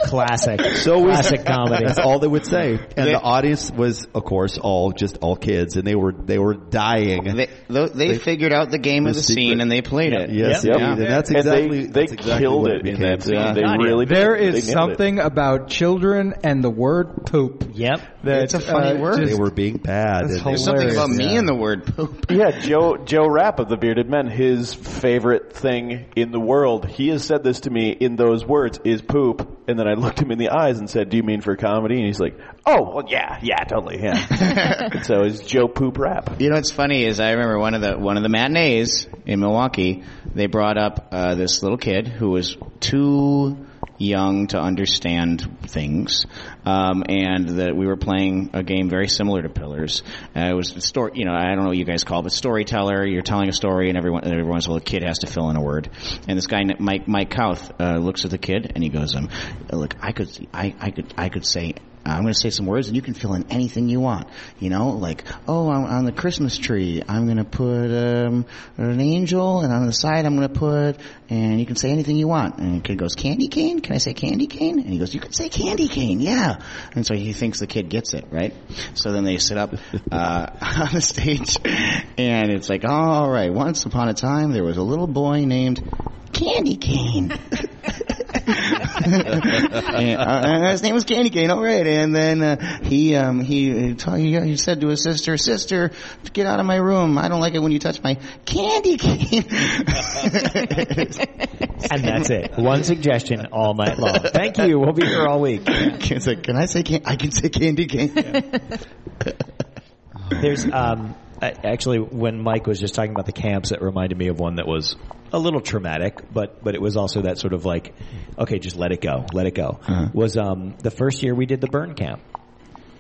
[SPEAKER 3] Classic.
[SPEAKER 7] so we,
[SPEAKER 3] Classic comedy.
[SPEAKER 7] that's all they would say. And the audience was, of course, all, just all kids. And they were, they were dying.
[SPEAKER 2] They, tho- they, figured out the game of
[SPEAKER 7] The
[SPEAKER 2] the scene
[SPEAKER 7] secret.
[SPEAKER 2] and they played it.
[SPEAKER 7] yes,
[SPEAKER 14] Yep.
[SPEAKER 7] indeed. And that's
[SPEAKER 14] And they-
[SPEAKER 7] exactly,
[SPEAKER 14] they,
[SPEAKER 7] that's exactly
[SPEAKER 14] killed
[SPEAKER 7] what
[SPEAKER 14] it in
[SPEAKER 7] became.
[SPEAKER 14] that scene.
[SPEAKER 7] Yeah.
[SPEAKER 14] They really did.
[SPEAKER 1] There
[SPEAKER 14] They
[SPEAKER 1] is
[SPEAKER 14] nailed it.
[SPEAKER 1] something about children and the word poop.
[SPEAKER 3] Yep.
[SPEAKER 1] That, uh,
[SPEAKER 2] It's a funny word.
[SPEAKER 1] just-
[SPEAKER 7] They were being
[SPEAKER 1] That's
[SPEAKER 7] bad. and they were-
[SPEAKER 2] There's something about
[SPEAKER 1] Hilarious,
[SPEAKER 2] me and the word poop.
[SPEAKER 14] Yeah, Joe Joe Rapp of the Bearded Men, his favorite thing in the world, he has said this to me in those words is poop. And then I looked him in the eyes and said, "Do you mean for comedy?" And he's like, "Oh, well, yeah, yeah, totally, yeah." And so it's Joe Poop Rapp.
[SPEAKER 2] You know what's funny is I remember one of the one of the matinees in Milwaukee. They brought up uh, this little kid who was too young to understand things, um, and that we were playing a game very similar to Pillars. Uh, it was the story, you know, I don't know what you guys call, it, but storyteller. You're telling a story, and everyone and everyone's little kid has to fill in a word. And this guy, Mike Mike Kauth, uh, looks at the kid and he goes, um, "Look, I could I, I could I could say." I'm going to say some words and you can fill in anything you want. You know, like, oh, I'm on the Christmas tree. I'm going to put um, an angel and on the side I'm going to put, and you can say anything you want. And the kid goes, candy cane? Can I say candy cane? And he goes, you can say candy cane, yeah. And so he thinks the kid gets it, right? So then they sit up uh, on the stage and it's like, all right, once upon a time there was a little boy named Candy Cane. and, uh, and his name was Candy Cane, all right. And then uh, he um, he, t- he he said to his sister, "Sister, get out of my room. I don't like it when you touch my candy cane."
[SPEAKER 3] And that's it. One suggestion all night long. Thank you. We'll be here all week.
[SPEAKER 2] Kid's like, "Can I say can- I can say candy cane?"
[SPEAKER 3] There's um, a- actually when Mike was just talking about the camps, it reminded me of one that was a little traumatic, but but it was also that sort of like, okay, just let it go, let it go. Was um, the first year we did the burn camp.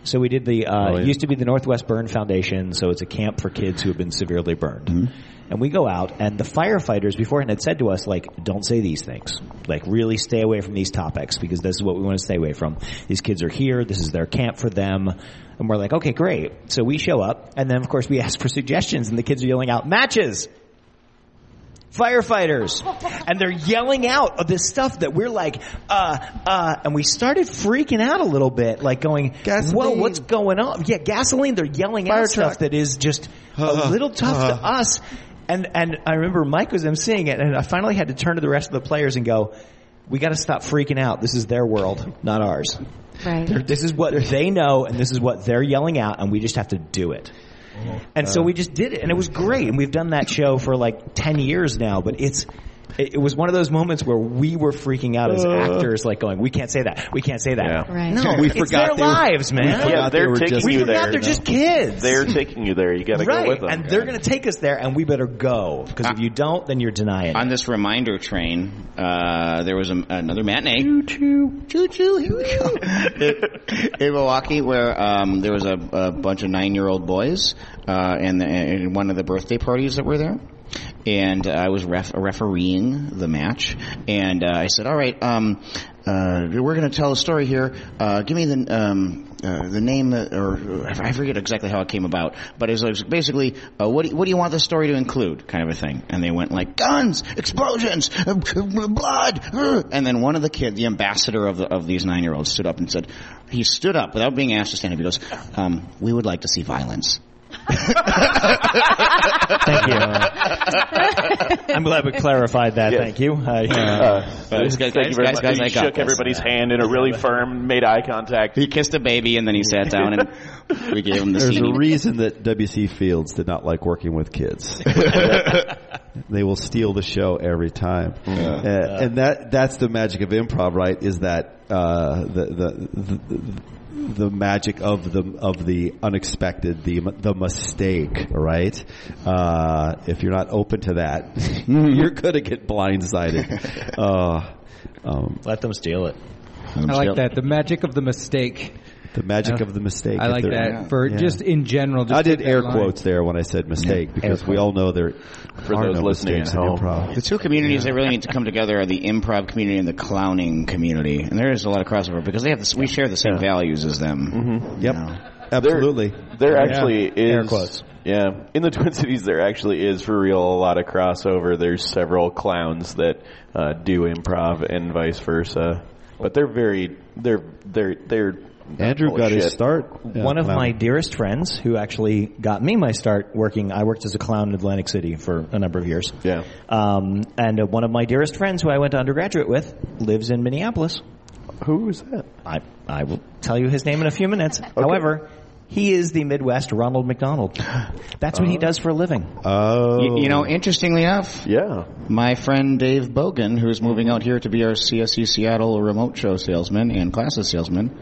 [SPEAKER 3] So we did the uh, it used to be the Northwest Burn Foundation, so it's a camp for kids who have been severely burned. And we go out, and the firefighters beforehand had said to us, like, don't say these things. Like, really stay away from these topics because this is what we want to stay away from. These kids are here. This is their camp for them. And we're like, okay, great. So we show up, and then of course we ask for suggestions, and the kids are yelling out, matches! firefighters and they're yelling out of this stuff that we're like uh uh and we started freaking out a little bit like going whoa
[SPEAKER 7] Gasoline.
[SPEAKER 3] what's going on yeah gasoline they're yelling
[SPEAKER 7] Fire
[SPEAKER 3] out
[SPEAKER 7] truck. Uh-huh.
[SPEAKER 3] stuff that is just a little tough to us and and I remember Mike was emceeing it and I finally had to turn to the rest of the players and go we got to stop freaking out this is their world not ours
[SPEAKER 6] Right.
[SPEAKER 3] They're- this is what they know and this is what they're yelling out and we just have to do it
[SPEAKER 14] Uh-huh.
[SPEAKER 3] and so we just did it, and it was great. And we've done that show for like ten years now, but it's. It it was one of those moments where we were freaking out as actors, like going, "We can't say that. We can't say that."
[SPEAKER 14] Uh. Yeah.
[SPEAKER 6] Right.
[SPEAKER 3] No,
[SPEAKER 7] We
[SPEAKER 3] it's
[SPEAKER 7] forgot
[SPEAKER 3] their
[SPEAKER 7] they were-
[SPEAKER 3] lives, man.
[SPEAKER 14] Yeah,
[SPEAKER 7] forgot they
[SPEAKER 14] they're
[SPEAKER 7] were
[SPEAKER 14] taking
[SPEAKER 7] just-
[SPEAKER 14] you
[SPEAKER 3] we forgot
[SPEAKER 14] there.
[SPEAKER 3] they're just kids.
[SPEAKER 14] They're taking you there. You got to
[SPEAKER 3] right,
[SPEAKER 14] go with them.
[SPEAKER 3] and they're going to take us there, and we better go because if you don't, then you're denying.
[SPEAKER 2] on this reminder train, uh, there was a, another matinee. Choo choo, choo choo. Here we go. in Milwaukee, where um, there was a, a bunch of nine-year-old boys, uh, and, the, and one of the birthday parties that were there. and uh, I was ref- refereeing the match. And uh, I said, "All right, um, uh, we're going to tell a story here. Uh, give me the um, uh, the name, that, or uh, I forget exactly how it came about, but it was, it was basically, uh, what do you, what do you want the story to include, kind of a thing." And they went like, "Guns, explosions, uh, blood," uh." and then one of the kid, the ambassador of the, of these nine year olds, stood up and said, "He stood up without being asked to stand up. He goes, um, we would like to see violence."
[SPEAKER 3] Thank you. I'm glad we clarified that.
[SPEAKER 14] Yes.
[SPEAKER 3] Thank you. I,
[SPEAKER 2] Guys, guys,
[SPEAKER 14] Uh, thank you very
[SPEAKER 2] guys,
[SPEAKER 14] much.
[SPEAKER 2] guys,
[SPEAKER 14] He
[SPEAKER 2] I got
[SPEAKER 14] shook
[SPEAKER 2] this.
[SPEAKER 14] everybody's hand in a really firm, made eye contact.
[SPEAKER 2] He kissed a baby and then he sat down and we gave him the
[SPEAKER 7] There's
[SPEAKER 2] CD.
[SPEAKER 7] a reason that WC Fields did not like working with kids. they will steal the show every time, Uh, and that that's the magic of improv, right? Is that uh, the, the the the magic of the of the unexpected, the the mistake, right? Uh, if you're not open to that, you're gonna get blindsided. Uh, um,
[SPEAKER 3] let them steal it.
[SPEAKER 1] I like that. The magic of the mistake.
[SPEAKER 7] the magic of the mistake.
[SPEAKER 1] I
[SPEAKER 7] if
[SPEAKER 1] like
[SPEAKER 7] there-
[SPEAKER 1] that for just in general. Just
[SPEAKER 7] I did
[SPEAKER 1] take that
[SPEAKER 7] air
[SPEAKER 1] line.
[SPEAKER 7] quotes there when I said mistake because we all know there
[SPEAKER 14] For
[SPEAKER 7] are
[SPEAKER 14] those
[SPEAKER 7] no
[SPEAKER 14] listening
[SPEAKER 7] mistakes
[SPEAKER 14] at
[SPEAKER 7] in
[SPEAKER 14] home.
[SPEAKER 7] improv.
[SPEAKER 2] The two communities that really need to come together are the improv community and the clowning community, and there is a lot of crossover because they have this, we share the same values as them. Mm-hmm.
[SPEAKER 7] Yep, absolutely.
[SPEAKER 14] There actually
[SPEAKER 3] Air
[SPEAKER 14] is.
[SPEAKER 3] quotes.
[SPEAKER 14] Yeah, in the Twin Cities, there actually is for real a lot of crossover. There's several clowns that uh, do improv and vice versa, but they're very they're they're they're
[SPEAKER 7] Andrew
[SPEAKER 14] full of
[SPEAKER 7] got his
[SPEAKER 14] shit.
[SPEAKER 7] start. uh,
[SPEAKER 3] One of
[SPEAKER 7] clown.
[SPEAKER 3] my dearest friends, who actually got me my start working, I worked as a clown in Atlantic City for a number of years.
[SPEAKER 14] Yeah.
[SPEAKER 3] Um, and uh, one of my dearest friends, who I went to undergraduate with, lives in Minneapolis.
[SPEAKER 14] Who is that?
[SPEAKER 3] I I will tell you his name in a few minutes. However, he is the Midwest Ronald McDonald. That's
[SPEAKER 14] Uh,
[SPEAKER 3] what he does for a living.
[SPEAKER 7] Oh,
[SPEAKER 2] You, you know, interestingly enough,
[SPEAKER 14] Yeah,
[SPEAKER 2] my friend Dave Bogan, who's moving out here to be our CSU Seattle remote show salesman and classes salesman,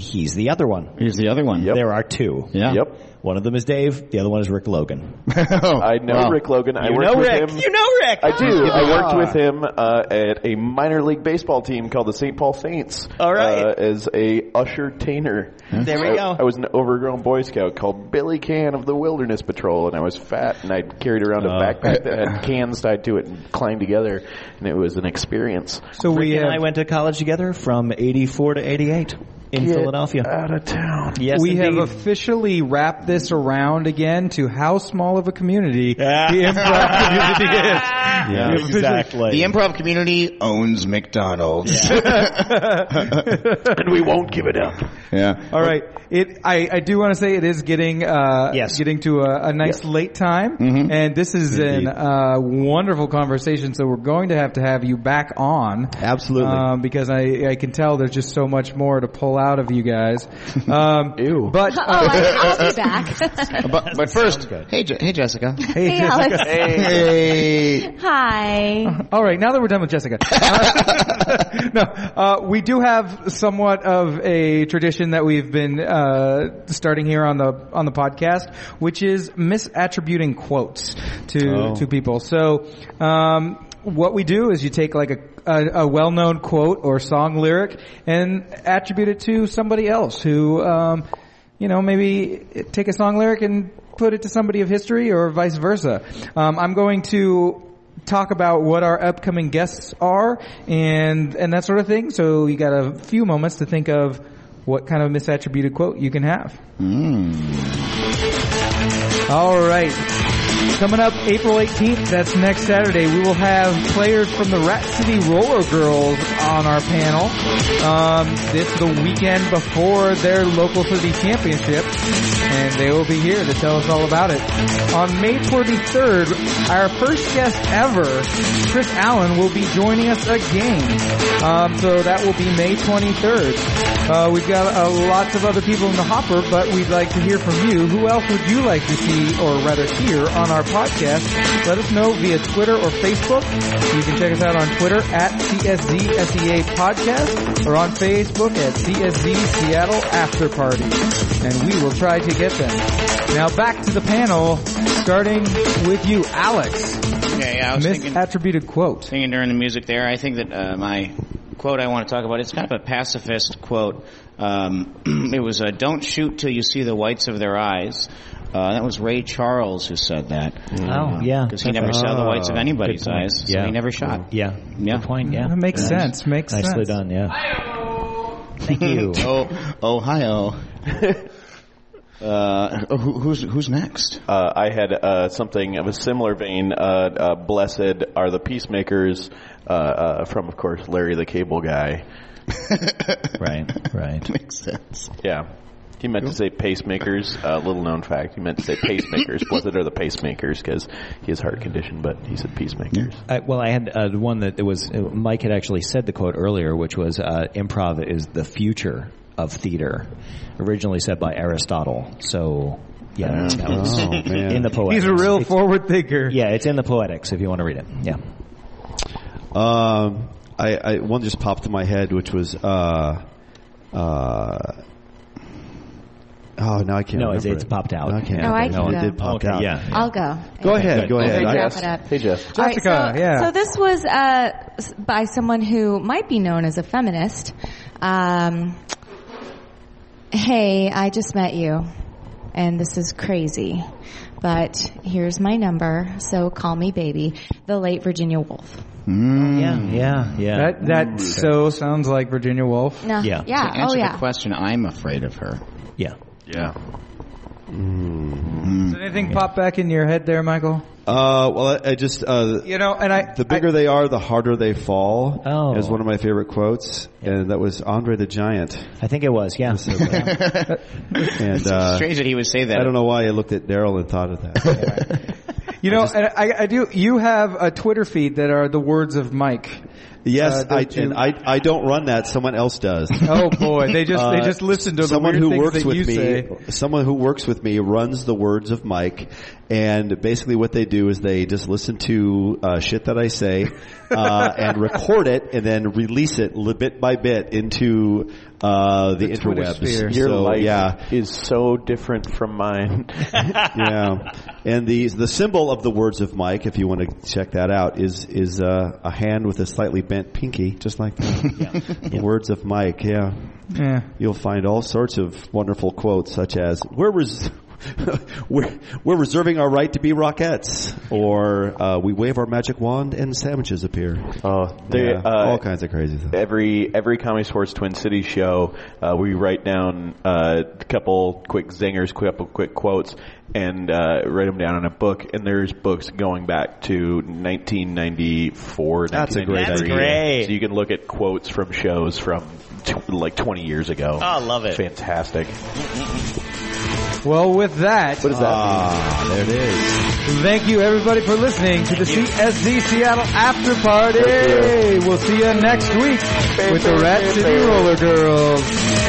[SPEAKER 3] He's the other one.
[SPEAKER 2] he's the other one.
[SPEAKER 3] There are two.
[SPEAKER 2] Yeah.
[SPEAKER 14] Yep.
[SPEAKER 3] One of them is Dave. The other one is Rick Logan.
[SPEAKER 14] I know
[SPEAKER 2] Wow.
[SPEAKER 14] Rick Logan. I
[SPEAKER 3] You
[SPEAKER 14] worked
[SPEAKER 3] know
[SPEAKER 14] with
[SPEAKER 3] Rick.
[SPEAKER 14] him.
[SPEAKER 3] You know Rick.
[SPEAKER 14] I do. I worked with him uh, at a minor league baseball team called the St. Paul Saints.
[SPEAKER 3] All right.
[SPEAKER 14] uh, as a usher tainer.
[SPEAKER 3] There we
[SPEAKER 14] I-
[SPEAKER 3] go.
[SPEAKER 14] I was an overgrown Boy Scout called Billy Can of the Wilderness Patrol, and I was fat, and I carried around
[SPEAKER 3] Oh.
[SPEAKER 14] a backpack that had cans tied to it and climbed together, and it was an experience.
[SPEAKER 1] So we
[SPEAKER 3] Rick and
[SPEAKER 1] have,
[SPEAKER 3] I went to college together from 84 to 88 in Philadelphia.
[SPEAKER 14] Out of town.
[SPEAKER 3] yes,
[SPEAKER 1] we have
[SPEAKER 3] indeed.
[SPEAKER 1] officially wrapped this around again to how small of a community the improv community is.
[SPEAKER 7] Yeah.
[SPEAKER 1] We've officially-
[SPEAKER 3] exactly.
[SPEAKER 2] The improv community owns McDonald's.
[SPEAKER 14] and we won't give it up.
[SPEAKER 2] yeah.
[SPEAKER 1] All right. It. I, I do want to say it is getting uh,
[SPEAKER 3] Yes.
[SPEAKER 1] getting to a, a nice late time, and this is an
[SPEAKER 7] Mm-hmm. Indeed.
[SPEAKER 1] uh, wonderful conversation. So we're going to have to have you back on.
[SPEAKER 7] absolutely.
[SPEAKER 2] Uh,
[SPEAKER 1] Um, because I, I can tell there's just so much more to pull out of you guys. Um,
[SPEAKER 14] Ew.
[SPEAKER 1] But
[SPEAKER 9] Oh, I, I'll be back.
[SPEAKER 2] But, but first, hey, Je- hey, Jessica.
[SPEAKER 9] hey, Alex.
[SPEAKER 2] Hey.
[SPEAKER 9] Hi.
[SPEAKER 1] All right, now that we're done with Jessica, Uh, no, uh, we do have somewhat of a tradition that we've been uh, starting here on the on the podcast, which is misattributing quotes to to people. So. Um, what we do is you take like a, a, a well-known quote or song lyric and attribute it to somebody else who, um, you know, maybe take a song lyric and put it to somebody of history or vice versa. Um, I'm going to talk about what our upcoming guests are and and that sort of thing. So you got a few moments to think of what kind of misattributed quote you can have. All right. Coming up April 18th, that's next Saturday, we will have players from the Rat City Roller Girls on our panel. Um, this the weekend before their local city championship, and they will be here to tell us all about it. On May 23rd, our first guest ever, Chris Allen, will be joining us again. Um, so that will be May 23rd. Uh, we've got uh, lots of other people in the hopper, but we'd like to hear from you. Who else would you like to see, or rather hear, on our podcast? Let us know via Twitter or Facebook. You can check us out on Twitter at CSZSEA E Podcast or on Facebook at CSZ Seattle After Party. And we will try to get them. Now back to the panel, starting with you, Alex.
[SPEAKER 2] Yeah, yeah, I was thinking.
[SPEAKER 1] Misattributed quote.
[SPEAKER 2] singing during the music there. I think that uh, my quote I want to talk about it's kind of a pacifist quote. Um, it was uh, "Don't shoot till you see the whites of their eyes." Uh, that was Ray Charles who said that.
[SPEAKER 3] Oh, yeah.
[SPEAKER 2] Because he
[SPEAKER 1] Uh,
[SPEAKER 2] never saw the whites of
[SPEAKER 3] Oh,
[SPEAKER 2] anybody's
[SPEAKER 3] good point.
[SPEAKER 2] eyes, so
[SPEAKER 3] Yeah.
[SPEAKER 2] he never shot.
[SPEAKER 3] Yeah.
[SPEAKER 2] Yeah.
[SPEAKER 3] Good point. Yeah.
[SPEAKER 1] That makes
[SPEAKER 3] Nice.
[SPEAKER 1] sense. Makes
[SPEAKER 3] Nicely
[SPEAKER 1] sense.
[SPEAKER 3] done. Yeah. Thank you.
[SPEAKER 2] oh, Ohio. uh, who, who's who's next?
[SPEAKER 14] Uh, I had uh, something of a similar vein. Uh, uh, blessed are the peacemakers, uh, uh, from of course Larry the Cable Guy.
[SPEAKER 3] right. Right.
[SPEAKER 2] Makes sense.
[SPEAKER 14] Yeah, he meant to say pacemakers. Uh, little known fact, he meant to say pacemakers. blessed are the pacemakers because he has heart condition, but he said peacemakers.
[SPEAKER 3] I, well, I had uh, one that it was uh, Mike had actually said the quote earlier, which was uh, "Improv is the future of theater," originally said by Aristotle. So, yeah, that was in the poetics.
[SPEAKER 1] Oh, He's a real forward thinker.
[SPEAKER 3] yeah, it's in the poetics if you want to read it. Yeah,
[SPEAKER 7] Um, I, I one just popped in my head, which was uh, uh. Oh no, I can't.
[SPEAKER 3] No,
[SPEAKER 7] remember
[SPEAKER 3] it's- it's
[SPEAKER 7] it.
[SPEAKER 3] popped out.
[SPEAKER 7] I can't.
[SPEAKER 6] No, I
[SPEAKER 7] remember
[SPEAKER 6] can
[SPEAKER 7] it.
[SPEAKER 6] go.
[SPEAKER 7] It did pop
[SPEAKER 3] Okay,
[SPEAKER 7] out.
[SPEAKER 3] yeah.
[SPEAKER 6] I'll go.
[SPEAKER 7] Go ahead. Go ahead.
[SPEAKER 6] We'll
[SPEAKER 7] I-
[SPEAKER 6] wrap it up.
[SPEAKER 14] Hey Jeff.
[SPEAKER 6] All right,
[SPEAKER 1] Jessica,
[SPEAKER 6] so,
[SPEAKER 1] yeah.
[SPEAKER 6] so this was uh, s- by someone who might be known as a feminist. Um, hey, I just met you, and this is crazy, but here's my number, so call me baby. The late Virginia Woolf.
[SPEAKER 3] yeah, yeah, yeah.
[SPEAKER 1] That that so sounds like Virginia Woolf.
[SPEAKER 6] No,
[SPEAKER 3] Yeah.
[SPEAKER 2] To answer
[SPEAKER 6] oh yeah.
[SPEAKER 2] the question, I'm afraid of her.
[SPEAKER 3] yeah.
[SPEAKER 14] Yeah.
[SPEAKER 7] Mm.
[SPEAKER 1] Does anything pop back in your head there, Michael?
[SPEAKER 7] Uh, well, I, I just uh,
[SPEAKER 1] You know, and I
[SPEAKER 7] the bigger they are, the harder they fall.
[SPEAKER 3] Oh.
[SPEAKER 7] is one of my favorite quotes, and that was Andre the Giant.
[SPEAKER 3] I think it was. Yeah,
[SPEAKER 7] And uh,
[SPEAKER 2] Strange that he would say that.
[SPEAKER 7] I don't know why I looked at Daryl and thought of
[SPEAKER 3] Uh,
[SPEAKER 7] that.
[SPEAKER 1] You know, and I, I do. You have a Twitter feed that are the words of Mike.
[SPEAKER 7] yes,
[SPEAKER 1] Uh,
[SPEAKER 7] I,
[SPEAKER 1] don't you-
[SPEAKER 7] and I I don't run that. Someone else does.
[SPEAKER 1] Oh boy, they just they
[SPEAKER 7] Uh,
[SPEAKER 1] just listen to
[SPEAKER 7] someone
[SPEAKER 1] the
[SPEAKER 7] who
[SPEAKER 1] weird things
[SPEAKER 7] works
[SPEAKER 1] that
[SPEAKER 7] with
[SPEAKER 1] you
[SPEAKER 7] me.
[SPEAKER 1] say.
[SPEAKER 7] Someone who works with me runs the words of Mike, and basically what they do is they just listen to uh, shit that I say uh, and record it, and then release it li- bit by bit into uh, the,
[SPEAKER 1] Twitter sphere.
[SPEAKER 7] interwebs.
[SPEAKER 14] Your
[SPEAKER 7] so,
[SPEAKER 14] life
[SPEAKER 7] yeah,
[SPEAKER 14] is so different from mine.
[SPEAKER 7] yeah. And the the symbol of the words of Mike, if you want to check that out, is is uh, a hand with a slightly bent pinky, just like that. The words of Mike. Yeah.
[SPEAKER 1] Yeah.
[SPEAKER 7] You'll find all sorts of wonderful quotes, such as "We're res- we're, we're reserving our right to be Rockettes," or uh, "We wave our magic wand and sandwiches appear."
[SPEAKER 14] Oh, they,
[SPEAKER 7] Yeah,
[SPEAKER 14] uh,
[SPEAKER 7] all kinds of crazy stuff.
[SPEAKER 14] every every Comedy Sports Twin Cities show, uh, we write down uh, a couple quick zingers, couple quick quotes, and uh, write them down in a book. And there's books going back to 1994.
[SPEAKER 7] That's a
[SPEAKER 14] 1993.
[SPEAKER 12] idea.
[SPEAKER 7] great
[SPEAKER 12] That's great.
[SPEAKER 14] So you can look at quotes from shows from tw- like 20 years ago.
[SPEAKER 12] Oh, I love it.
[SPEAKER 14] Fantastic.
[SPEAKER 1] Well, with that,
[SPEAKER 7] Ah, there it is.
[SPEAKER 1] thank you everybody for listening to the CSD Seattle After Party. We'll see you next week with the Rat City Roller Girls.